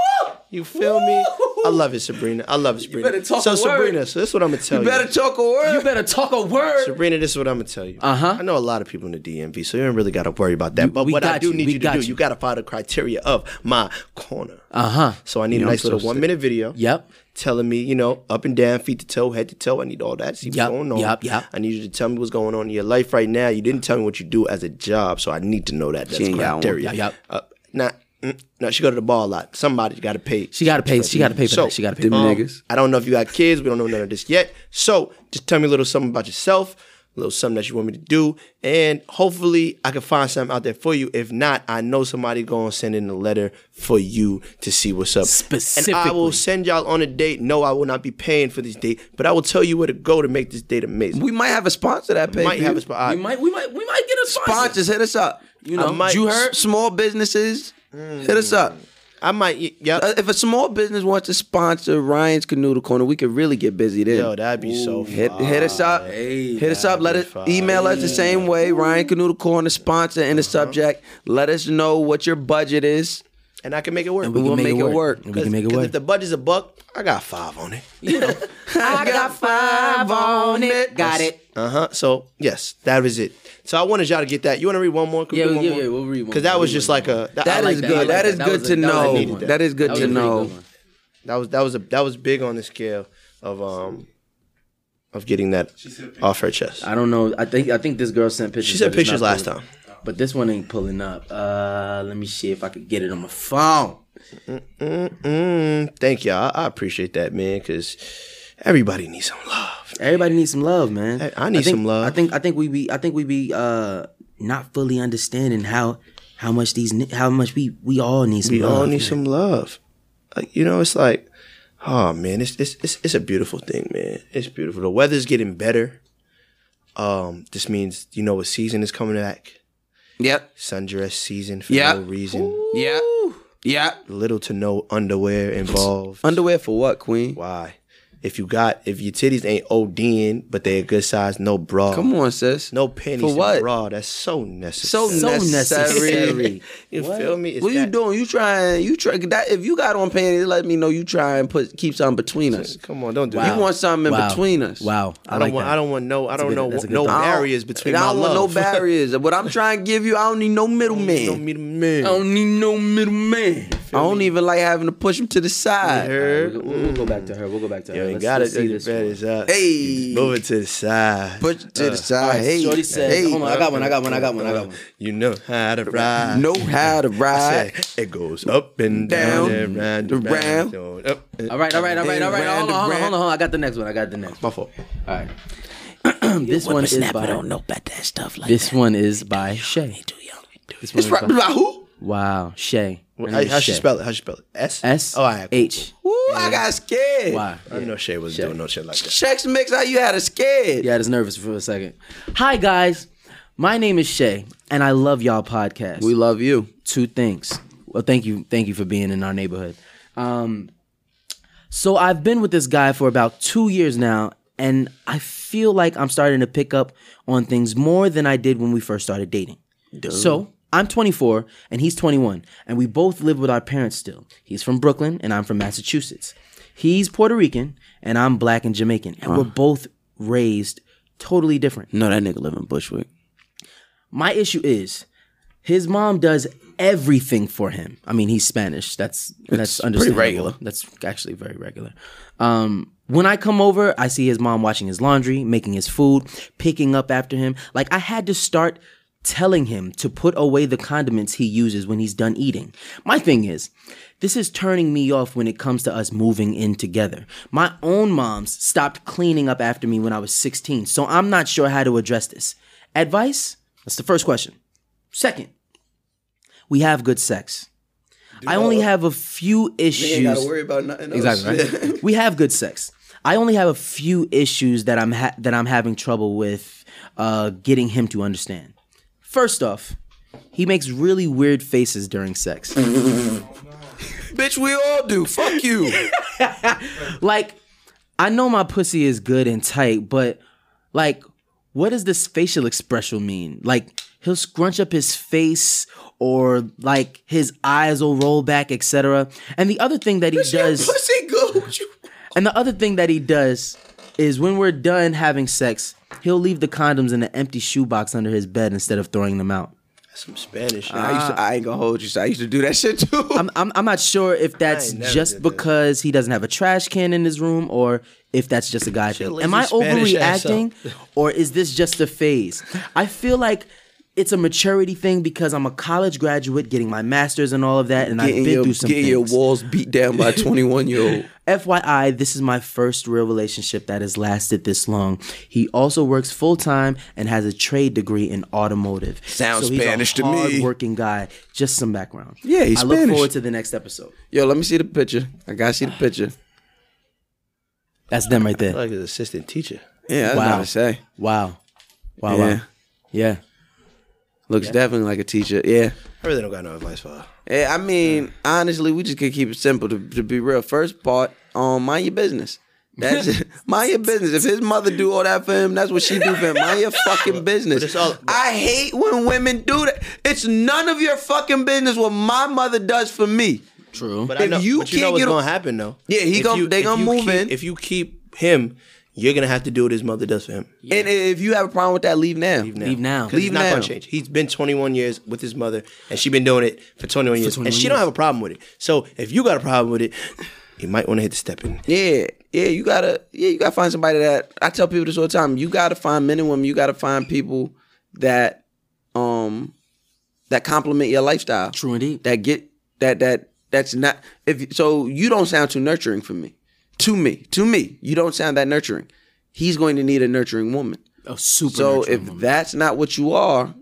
B: You feel me? I love it, Sabrina. I love it, Sabrina.
C: better talk
B: so,
C: a word.
B: Sabrina, so this is what I'm gonna tell you.
D: You better talk a word.
C: You better talk a word.
B: Sabrina, this is what I'm gonna tell you. Uh huh. I know a lot of people in the DMV, so you don't really gotta worry about that. but
C: Uh-huh. we
B: what I
C: got
B: do
C: you.
B: need
C: We
B: you to
C: got
B: do,
C: you.
B: you. gotta follow the criteria of my corner.
C: Uh huh.
B: so I need
D: Yeah,
B: a
D: I'm
B: nice
D: so
B: little one
D: sick.
B: minute video.
C: Yep.
B: Telling me, you know, up and down, feet to toe, head to toe. I need all that. See what's
C: Yep,
B: going on.
C: yep, yep.
B: I need you to tell me what's going on in your life right now. You didn't tell me what you do as a job, so I need to know that. That's
D: ain't got one.
B: criteria.
C: Yep, yep.
B: Uh, nah, mm, no, she go to the bar a lot. Somebody got to pay.
C: She gotta pay. She gotta pay for
B: So,
C: that. She gotta pay.
D: Them
C: for that.
D: niggas.
B: I don't know if you got kids. We don't know none of this yet. So just tell me a little something about yourself, a little something that you want me to do, and hopefully I can find something out there for you. If not, I know somebody gonna send in a letter for you to see what's up.
C: Specifically.
B: and I will send y'all on a date. No, I will not be paying for this date, but I will tell you where to go to make this date amazing.
D: We might have a sponsor that pay.
B: might
D: for
B: have
D: you.
B: a spot.
C: We might. We might. We might get a sponsor.
D: Sponsors, hit us up. You know,
B: might-
D: you heard small businesses.
B: Mm.
D: Hit us up.
B: I might. y- Yeah.
D: Uh, if a small business wants to sponsor Ryan's Canoodle Corner, we could really get busy then.
B: Yo, that'd be so
D: Hit,
B: fire.
D: hit us up. hit us up. Let us email us the same way. Ryan Canoodle Corner sponsor in
B: Uh-huh.
D: the subject. Let us know what your budget is.
B: and I can make it work.
D: we
C: can
D: will make it work.
C: We can make it
B: 'Cause
C: work.
B: if the budget's a buck, I got five on it.
D: I got five on it.
C: Got it.
B: Uh huh. So yes, that was it. So I wanted y'all to get that. You want to read one more? Can we
C: Yeah,
B: do one
C: yeah,
B: more?
C: yeah, we'll read one
B: Because
C: more.
B: that was
C: We'll
B: just
C: read
B: like a that,
D: That
B: I like
D: is
B: that.
D: good.
B: I like
D: that
B: that.
D: is
C: That
D: good
C: was a-
D: to
C: that was a
D: know.
C: good one.
D: that is good
C: That was
D: to
C: a pretty
D: know.
C: good one.
B: That was that was a that was big on the scale of um of getting that off her chest.
C: I don't know. I think I think this girl sent pictures.
B: She sent
C: but it's not
B: pictures last
C: pulling- But this one ain't pulling up. Uh, let me see if I could get it on my phone.
B: Mm-mm-mm. Mm, Thank y'all. I I appreciate that, man, because everybody needs some love.
C: Everybody needs some love, man.
B: I need
C: think-
B: some love.
C: I think I think we be I think we be uh not fully understanding how how much these ni- how much we we all need some
B: we
C: love.
B: all need
C: man.
B: some love. Like, you know, it's like, oh man, it's, it's it's it's a beautiful thing, man. It's beautiful. The weather's getting better. Um, this means you know what season is coming back.
D: Yep.
B: Sundress season for
D: Yep.
B: no reason.
D: Yeah. Yeah.
B: Little to no underwear involved.
D: Underwear for what, Queen?
B: Why? If you got if your titties ain't ODing, but they a good size, no bra.
D: Come on, sis.
B: No panties
D: For
B: and
D: what?
B: bra. That's so
D: So,
B: necessary.
D: necessary.
B: you feel me? It's
D: what you
B: that-
D: doing? You trying? You try that? If you got on panties, let me know you try and put keep something between us.
B: Come on, don't do
D: You
B: that.
D: want something in
C: Wow.
D: between us?
C: Wow.
B: I, don't want. I don't want no. I
C: That's a
B: don't
C: good-
B: know.
C: that's a good
B: No
C: thought.
B: barriers between
D: I
B: my
D: don't want
B: love.
D: no barriers. what I'm trying to give you, I don't need no middleman.
B: Don't need a man.
C: need Oh, no middleman.
D: I don't even like having to push him to the side.
B: Her.
C: We'll, we'll go back to her. We'll go back to her.
B: You ain't
C: Let's-
B: got
C: let's
B: it.
C: see
B: Your
C: this
B: bed
C: one.
B: is up.
D: Hey.
B: move it to the side.
D: Push it to the
C: All
D: side.
C: right,
D: hey,
C: Shorty said,
D: hey,
C: "Hold on, I got one. I got one. I got one. I got one."
B: You know how to ride.
D: know how to
B: I
D: ride.
B: said, it goes up and down,
D: Down,
B: and round and round,
D: around.
B: going up. and-
C: All right, all right, all right, all right. Hold on, hold on, hold on,
D: Brand-
C: hold on. I got the next one. I got the next.
B: My
C: One.
B: fault.
C: All right. this one is by.
I: don't know about that stuff like
C: This one is by Shay. This one
D: It's
C: is
D: right
C: by,
D: about who?
C: wow, Shay. Her
B: How,
C: name is
B: how she
C: Shay.
B: spell it? How she spell it? S
C: S
B: Oh, all right.
C: H
D: Ooh, I got scared.
C: Y.
B: I didn't know Shay was doing no shit like that.
D: Checks mix out. You had a scared.
C: Yeah, I was nervous for a second. Hi guys, my name is Shay, and I love y'all podcast.
D: We love you.
C: two things. Well, thank you, thank you for being in our neighborhood. Um, so I've been with this guy for about two years now, and I feel like I'm starting to pick up on things more than I did when we first started dating. So I'm 24 and he's 21, and we both live with our parents still. He's from Brooklyn and I'm from Massachusetts. He's Puerto Rican and I'm black and Jamaican, and we're both raised totally different.
D: No, that nigga live in Bushwick.
C: My issue is his mom does everything for him. I mean, he's Spanish. That's that's understandable.
D: regular.
C: That's actually very regular. Um, when I come over, I see his mom washing his laundry, making his food, picking up after him. Like I had to start telling him to put away the condiments he uses when he's done eating. My thing is, this is turning me off when it comes to us moving in together. My own moms stopped cleaning up after me when I was 16, so I'm not sure how to address this. Advice? That's the first question. Second, we have good sex. I only have a few
D: You ain't gotta
C: issues.
D: worry about nothing. Else.
C: Exactly. Right? we have good sex. I only have a few issues that I'm ha- that I'm having trouble with uh, getting him to understand. First off, he makes really weird faces during sex.
D: Bitch, we all do. Fuck you.
C: like, I know my pussy is good and tight, but like, what does this facial expression mean? Like, he'll scrunch up his face, or like his eyes will roll back, etc. And the other thing that he does.
D: Pussy good. You-
C: And the other thing that he does is when we're done having sex, he'll leave the condoms in an empty shoebox under his bed instead of throwing them out.
B: That's some Spanish. shit.
C: Uh,
D: I, used to, I ain't gonna hold you. So I used to do that shit too.
C: I'm, I'm, I'm not sure if that's
B: never
C: just
B: did that.
C: because he doesn't have a trash can in his room or if that's just a guy thing.
B: lazy
C: Am I
B: Spanish ass up.
C: overreacting or is this just a phase? I feel like it's a maturity thing because I'm a college graduate getting my master's and all of that, and I've
D: getting
C: been
D: your,
C: through some
D: getting
C: things.
D: your walls beat down by a 21 year old.
C: FYI, this is my first real relationship that has lasted this long. He also works full time and has a trade degree in automotive.
D: Sounds Spanish to me.
C: Working guy. Just some background.
D: Yeah, he's
C: I look
D: Spanish.
C: forward to the next episode.
D: Yo, let me see the picture. I gotta see the picture.
C: That's them right
B: I
C: there.
B: like his assistant teacher.
D: Yeah, that's wow.
C: Wow.
D: what I say.
C: Wow. Wow.
D: Yeah.
C: Wow. Yeah.
D: Looks definitely like a teacher. Yeah.
B: I really don't got no advice for her.
D: Yeah, Eh, I mean, honestly, we just could keep it simple. To, to be real, first part, um, mind your business. That's it. mind your business. If his mother do all that for him, that's what she do for him. Mind your fucking business.
B: it's all-
D: I hate when women do that. It's none of your fucking business what my mother does for me.
C: True.
B: But I
D: If
B: know,
D: you
B: but you know
D: can't
B: what's
D: get a-
B: gonna happen though.
D: Yeah, he
B: If
D: gon- they
B: if
D: gonna
B: you
D: move
B: keep-
D: in.
B: If you keep him, you're gonna have to do what his mother does for him.
D: And if you have a problem with that, leave now.
C: Leave now.
B: 'Cause
D: Leave
B: he's not
D: now.
B: gonna change. He's been 21 years with his mother, and she's been doing it for 21 years, and she don't have a problem with it. So if you got a problem with it, you might want to hit the step in.
D: Yeah. yeah, you gotta yeah, you gotta find somebody that I tell people this all the time. You gotta find men and women. You gotta find people that um that complement your lifestyle. True indeed. That get that that that's not if so you don't sound too nurturing for me. To me, to me, you don't sound that nurturing. He's going to need a nurturing woman.
C: A super.
D: So
C: nurturing
D: if that's not what you are,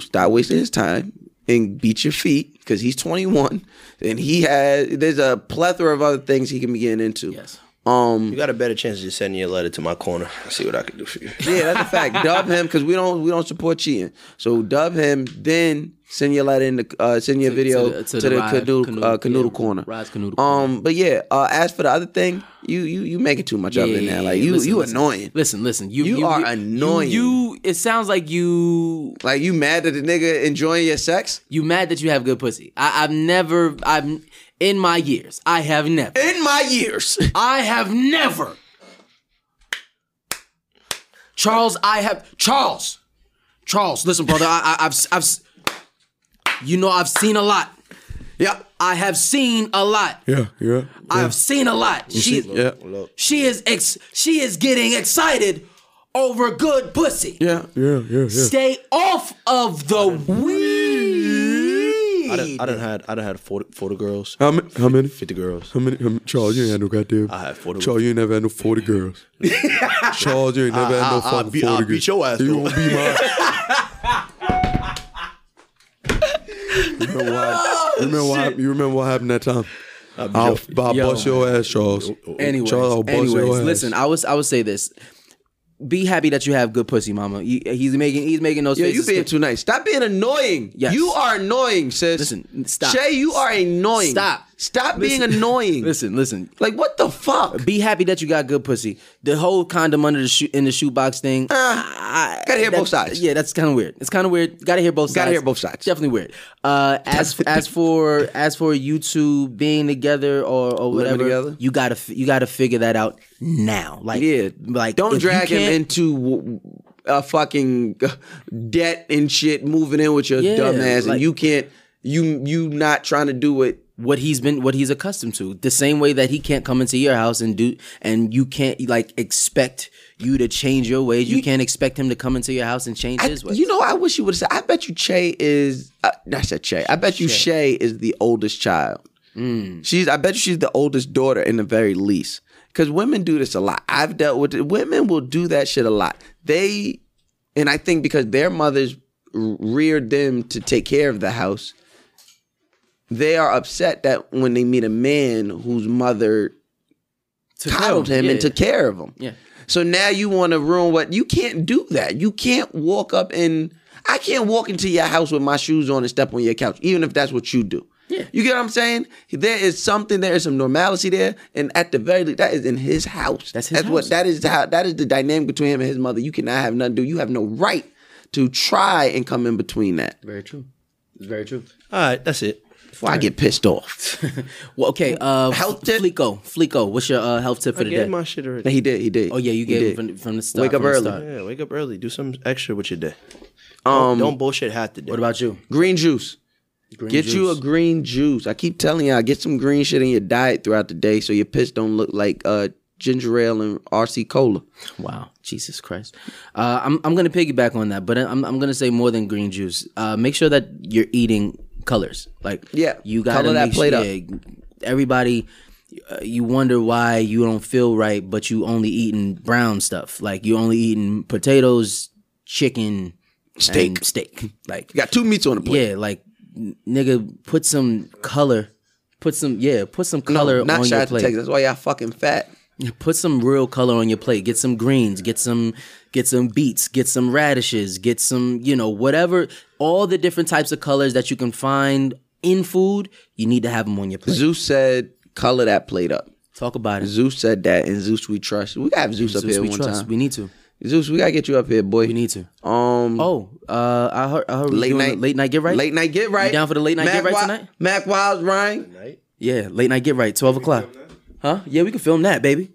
D: stop wasting his time and beat your feet because he's 21 and he has there's a plethora of other things he can be getting into. Yes. Um,
B: you got a better chance of just sending your letter to my corner. I see what I can do for you.
D: Yeah, that's a fact. dub him because we don't we don't support cheating. So dub him, then send your letter in the uh, send your
C: To-
D: video
C: to the-
D: to,
C: to
D: the,
C: the
D: canoodle
C: Ride- Canoodle-
D: uh, canoodle
C: yeah,
D: corner.
C: Ride's Canoodle
D: Um, but yeah, uh, as for the other thing, you you you making too much of it now. Like you
C: listen,
D: you
C: listen.
D: annoying.
C: Listen, listen. You
D: You are annoying.
C: You, you- It sounds like you.
D: Like you mad that the nigga enjoying your sex?
C: You mad that you have good pussy? I, I've never. I've in my years. I have never.
D: In my years,
C: I have never. Charles, I have Charles. Charles, listen, brother. I, I, I've, I've, you know, I've seen a lot.
D: Yeah,
C: I have seen a lot.
E: Yeah, yeah.
C: I've seen a lot. She,
E: yeah.
C: she is ex, she is getting excited over good pussy.
D: Yeah,
E: yeah, yeah, yeah.
C: Stay off of the weed.
B: I done, I done had I done had 40, 40 girls.
E: How many? How many?
B: Fifty girls.
E: How many? How many Charles, you ain't had no goddamn.
B: I had 40
E: Charles, you ain't never had no forty girls. Charles, you ain't never had
C: Ah,
E: no
B: I- I- I
E: fucking
B: beat- I
E: forty girls.
B: beat your ass,
E: You
B: though.
E: won't be mine. you remember what?
C: Oh,
E: you remember what? You remember what happened that time? I'll, I'll
C: yo,
E: bust your ass, Charles.
C: Anyways,
E: Charles, I'll bust
C: anyways,
E: your ass.
C: listen. I was I would say this. Be happy that you have good pussy, mama. You- he's making he's making those
D: Yeah, you
C: faces.
D: being too nice. Stop being annoying.
C: Yes.
D: You are annoying, sis.
C: Listen, stop.
D: Shay, you are annoying.
C: Stop.
D: Stop
C: Listen.
D: being annoying.
C: Listen, listen.
D: Like what the fuck?
C: Be happy that you got good pussy. The whole condom under the shoe in the shoebox thing. I-
D: Ah, gotta hear
C: that-
D: both sides.
C: Yeah, that's kind of weird. It's kind of weird. Gotta hear both sides.
D: Gotta hear both sides.
C: Definitely weird. Uh, as as for as for you two being together or, or
D: Living
C: whatever,
D: together?
C: you gotta f- you gotta figure that out now. Like
D: yeah,
C: like
D: don't
C: if you
D: drag him
C: can't-
D: into w- w- a fucking debt and shit. Moving in with your
C: Yeah,
D: dumb ass,
C: like-
D: and you can't. You you not trying to do it.
C: what he's been what he's accustomed to the same way that he can't come into your house and do and you can't like expect you to change your ways you, can't expect him to come into your house and change
D: I-
C: his ways
D: you know, I wish you would have said. I bet you Che is. Uh, I said Che. Mm. I bet you Shay is the oldest child. She's. I bet you she's the oldest daughter in the very least. Because women do this a lot. I've dealt with it. women will do that shit a lot. They, and I think because their mothers r- reared them to take care of the house, they are upset that when they meet a man whose mother coddled him and took care of him.
C: yeah
D: So now you want to ruin what you can't do that. You can't walk up and I can't walk into your house with my shoes on and step on your couch, even if that's what you do. Yeah. You get what I'm saying? There is something, there is some normalcy there, and at the very least, that is in his house.
C: That's his
D: That's what
C: house.
D: that is how that is the dynamic between him and his mother. You cannot have nothing to do. You have no right to try and come in between that.
C: very true it's very true
B: All right, that's it.
D: Before I get pissed off.
C: well okay uh
D: Health tip?
C: flico flico what's your uh, health tip for
B: I
C: the
B: gave
C: day
B: my shit already.
D: he did, he did.
C: oh yeah you
D: He
C: gave
D: did.
C: him from, from the start
D: Wake up
C: from the
D: early.
C: start.
B: Yeah, wake up early. Do some extra with your day. Um, don't, don't bullshit half the day.
C: what about you
D: Green juice.
C: Green
D: get you a
C: juice.
D: green juice. I keep telling y'all, get some green shit in your diet throughout the day so your piss don't look like uh, ginger ale and RC cola.
C: Wow, Jesus Christ! Uh, I'm I'm gonna piggyback on that, but I'm I'm gonna say more than green juice. Uh, make sure that you're eating colors. Like
D: Yeah,
C: you gotta
D: color that
C: make
D: plate up.
C: sure- everybody, uh, you wonder why you don't feel right, but you only eating brown stuff. Like you only eating potatoes, chicken,
D: Steak.
C: and steak. Like
D: You got two meats on the plate.
C: yeah, like n- nigga, put some color. Put some yeah, put some color
D: no, not
C: on
D: shout
C: your
D: out to
C: plate.
D: Texas. That's why y'all fucking fat.
C: Put some real color on your plate. Get some greens. Get some get some beets. Get some radishes. Get some you know whatever. All the different types of colors that you can find in food, you need to have them on your plate.
D: Zeus said, color that plate up.
C: Talk about it.
D: Zeus said that, and Zeus we trust. We gotta have Zeus, up
C: Zeus
D: here
C: we
D: one
C: trust.
D: time.
C: We need to.
D: Zeus, we gotta get you up here, boy.
C: We need to.
D: Um,
C: Oh, uh, I heard. I heard we
D: late
C: doing the
D: night,
C: late night get right.
D: Late night get right.
C: You down for the late night
D: Mac
C: get right
D: Wi-
C: tonight?
D: Mac Wiles, Ryan.
C: Yeah, late night get right. Twelve o'clock. Huh? Yeah, we can film that, baby.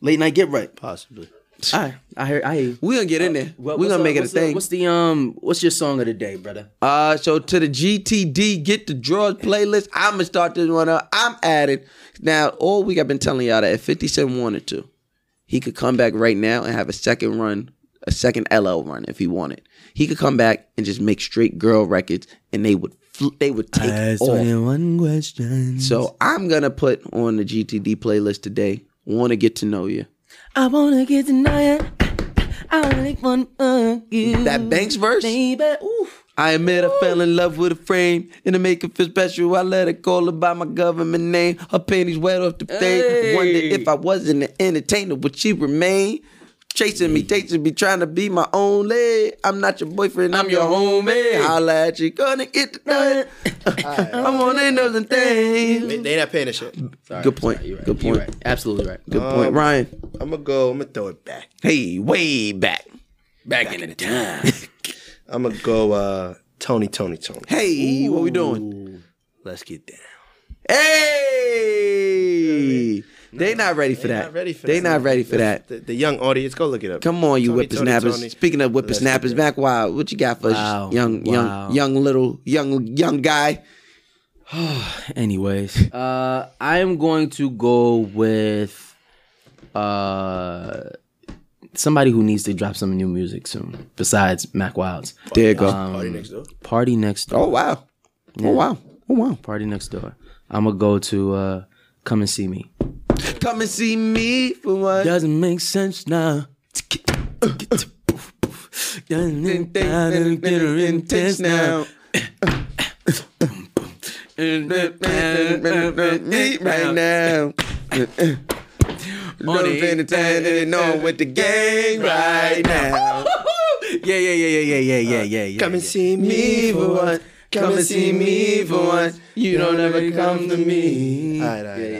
C: Late night get right.
B: Possibly.
C: I I hear I hear you.
D: We gonna get in there. we gonna make it a thing.
C: what's the um? What's your song of the day, brother?
D: Uh, so to the GTD, get the drawers playlist. I'm gonna start this one up. I'm at it now. All week I've been telling y'all that if 57 wanted to, he could come back right now and have a second run, a second LL run if he wanted. He could come back and just make straight girl records, and they would fl- they would take off.
C: one question.
D: So I'm gonna put on the GTD playlist today. Wanna get to know you.
C: I wanna get to know you. I only want you.
D: That Banks verse?
C: Baby, ooh.
D: I admit I fell in love with a frame and to make her feel special, I let her call her by my government name. Her panties wet off the thing. Wonder if I wasn't an entertainer, would she remain? Chasing me, chasing me, trying to be my own lady. I'm not your boyfriend, I'm, your homie. Holla at you, gonna get to know it. I'm on to know some things.
B: They, they not paying the shit.
C: Sorry,
D: Good point.
C: sorry, you're right,
D: Good
C: you're
D: point.
C: right. Um, Absolutely right.
D: Good point, Ryan.
B: I'm gonna go. I'm gonna throw it back.
D: Hey, way back.
C: Back, in the time.
B: I'm gonna go. Uh, Tony, Tony, Tony.
D: Hey, what we doing?
B: Let's get down.
D: Hey, they not ready for
B: They
D: that.
B: not ready for
D: they
B: that.
D: not ready for that.
B: The, the young audience, go look it up.
D: Come on,
B: Tony,
D: you
B: Tony,
D: whippersnappers.
B: Tony.
D: Speaking of whippersnappers,
B: Let's
D: Mac Wild, what you got for
C: Wow,
D: us, young,
C: wow.
D: young, young little, young, young guy?
C: Anyways, uh, I am going to go with uh somebody who needs to drop some new music soon. Besides Mac Wilds,
D: There you go.
B: Party next door.
C: Party Next Door.
D: oh wow, oh wow, oh wow.
C: Party Next Door. I'm gonna go to uh, Come and See Me.
D: Come and see me for what?
C: Doesn't make sense now. Doesn't make sense intense now.
D: right now. Don't pay any attention to know what the gang right now.
C: Yeah, yeah, yeah, yeah, yeah, yeah, yeah, yeah, yeah.
B: Come and see
D: Me for what? Come and see me for what? You don't ever come to me.
B: All right, all right, all right.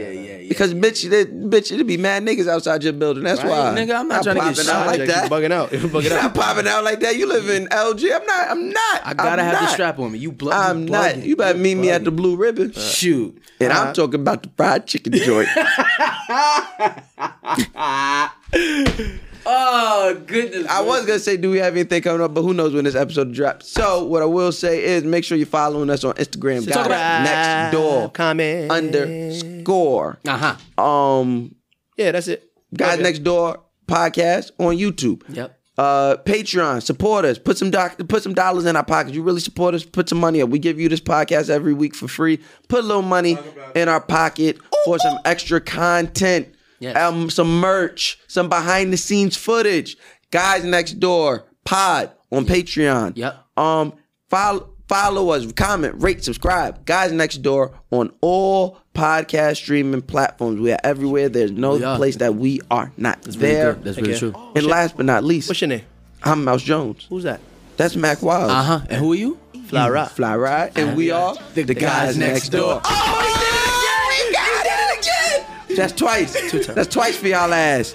D: Because bitch, there, bitch, it'd be mad niggas outside your building. That's why,
C: nigga, I'm not trying to get
D: popping
C: shot.
D: out like
B: Jack,
D: that.
B: You bugging out. You bugging
D: You're not
B: out.
D: popping out like that. You live in LG. I'm not. I'm not.
C: I gotta
D: I'm
C: have the
D: not.
C: strap on me. You blood.
D: I'm not. You better meet me at the Blue Ribbon.
C: shoot.
D: And
B: Uh-huh.
D: I'm talking about the fried chicken joint.
C: Oh goodness.
D: I was gonna say, do we have anything coming up? But who knows when this episode drops. So what I will say is, make sure you're following us on Instagram. guys. next door
B: Comment.
D: underscore.
C: Uh huh.
D: Um,
B: Yeah, that's it.
D: guys, next door podcast on YouTube.
C: Yep.
D: Uh, Patreon, support us. Put some doc- put some dollars in our pockets. You really support us. Put some money up. We give you this podcast every week for free. Put a little money in our pocket for some extra content.
C: Yes.
D: Um, some merch, some behind the scenes footage. Guys next door pod on Patreon.
C: Yep.
D: Um, follow follow us, comment, rate, subscribe. Guys next door on all podcast streaming platforms. We are everywhere. There's no
C: We are.
D: place that we are not
C: That's really
D: there.
C: true. That's really
B: Okay.
C: true.
D: And last but not least,
B: What's your name?
D: I'm Mouse Jones.
B: Who's that?
D: That's Mac Wild.
C: Uh huh. And who are you?
B: Fly Rock.
D: Fly Ride, and we are Uh-huh. the, guys, next door. Oh, he did it again! He did it again! That's twice. That's twice for y'all ass.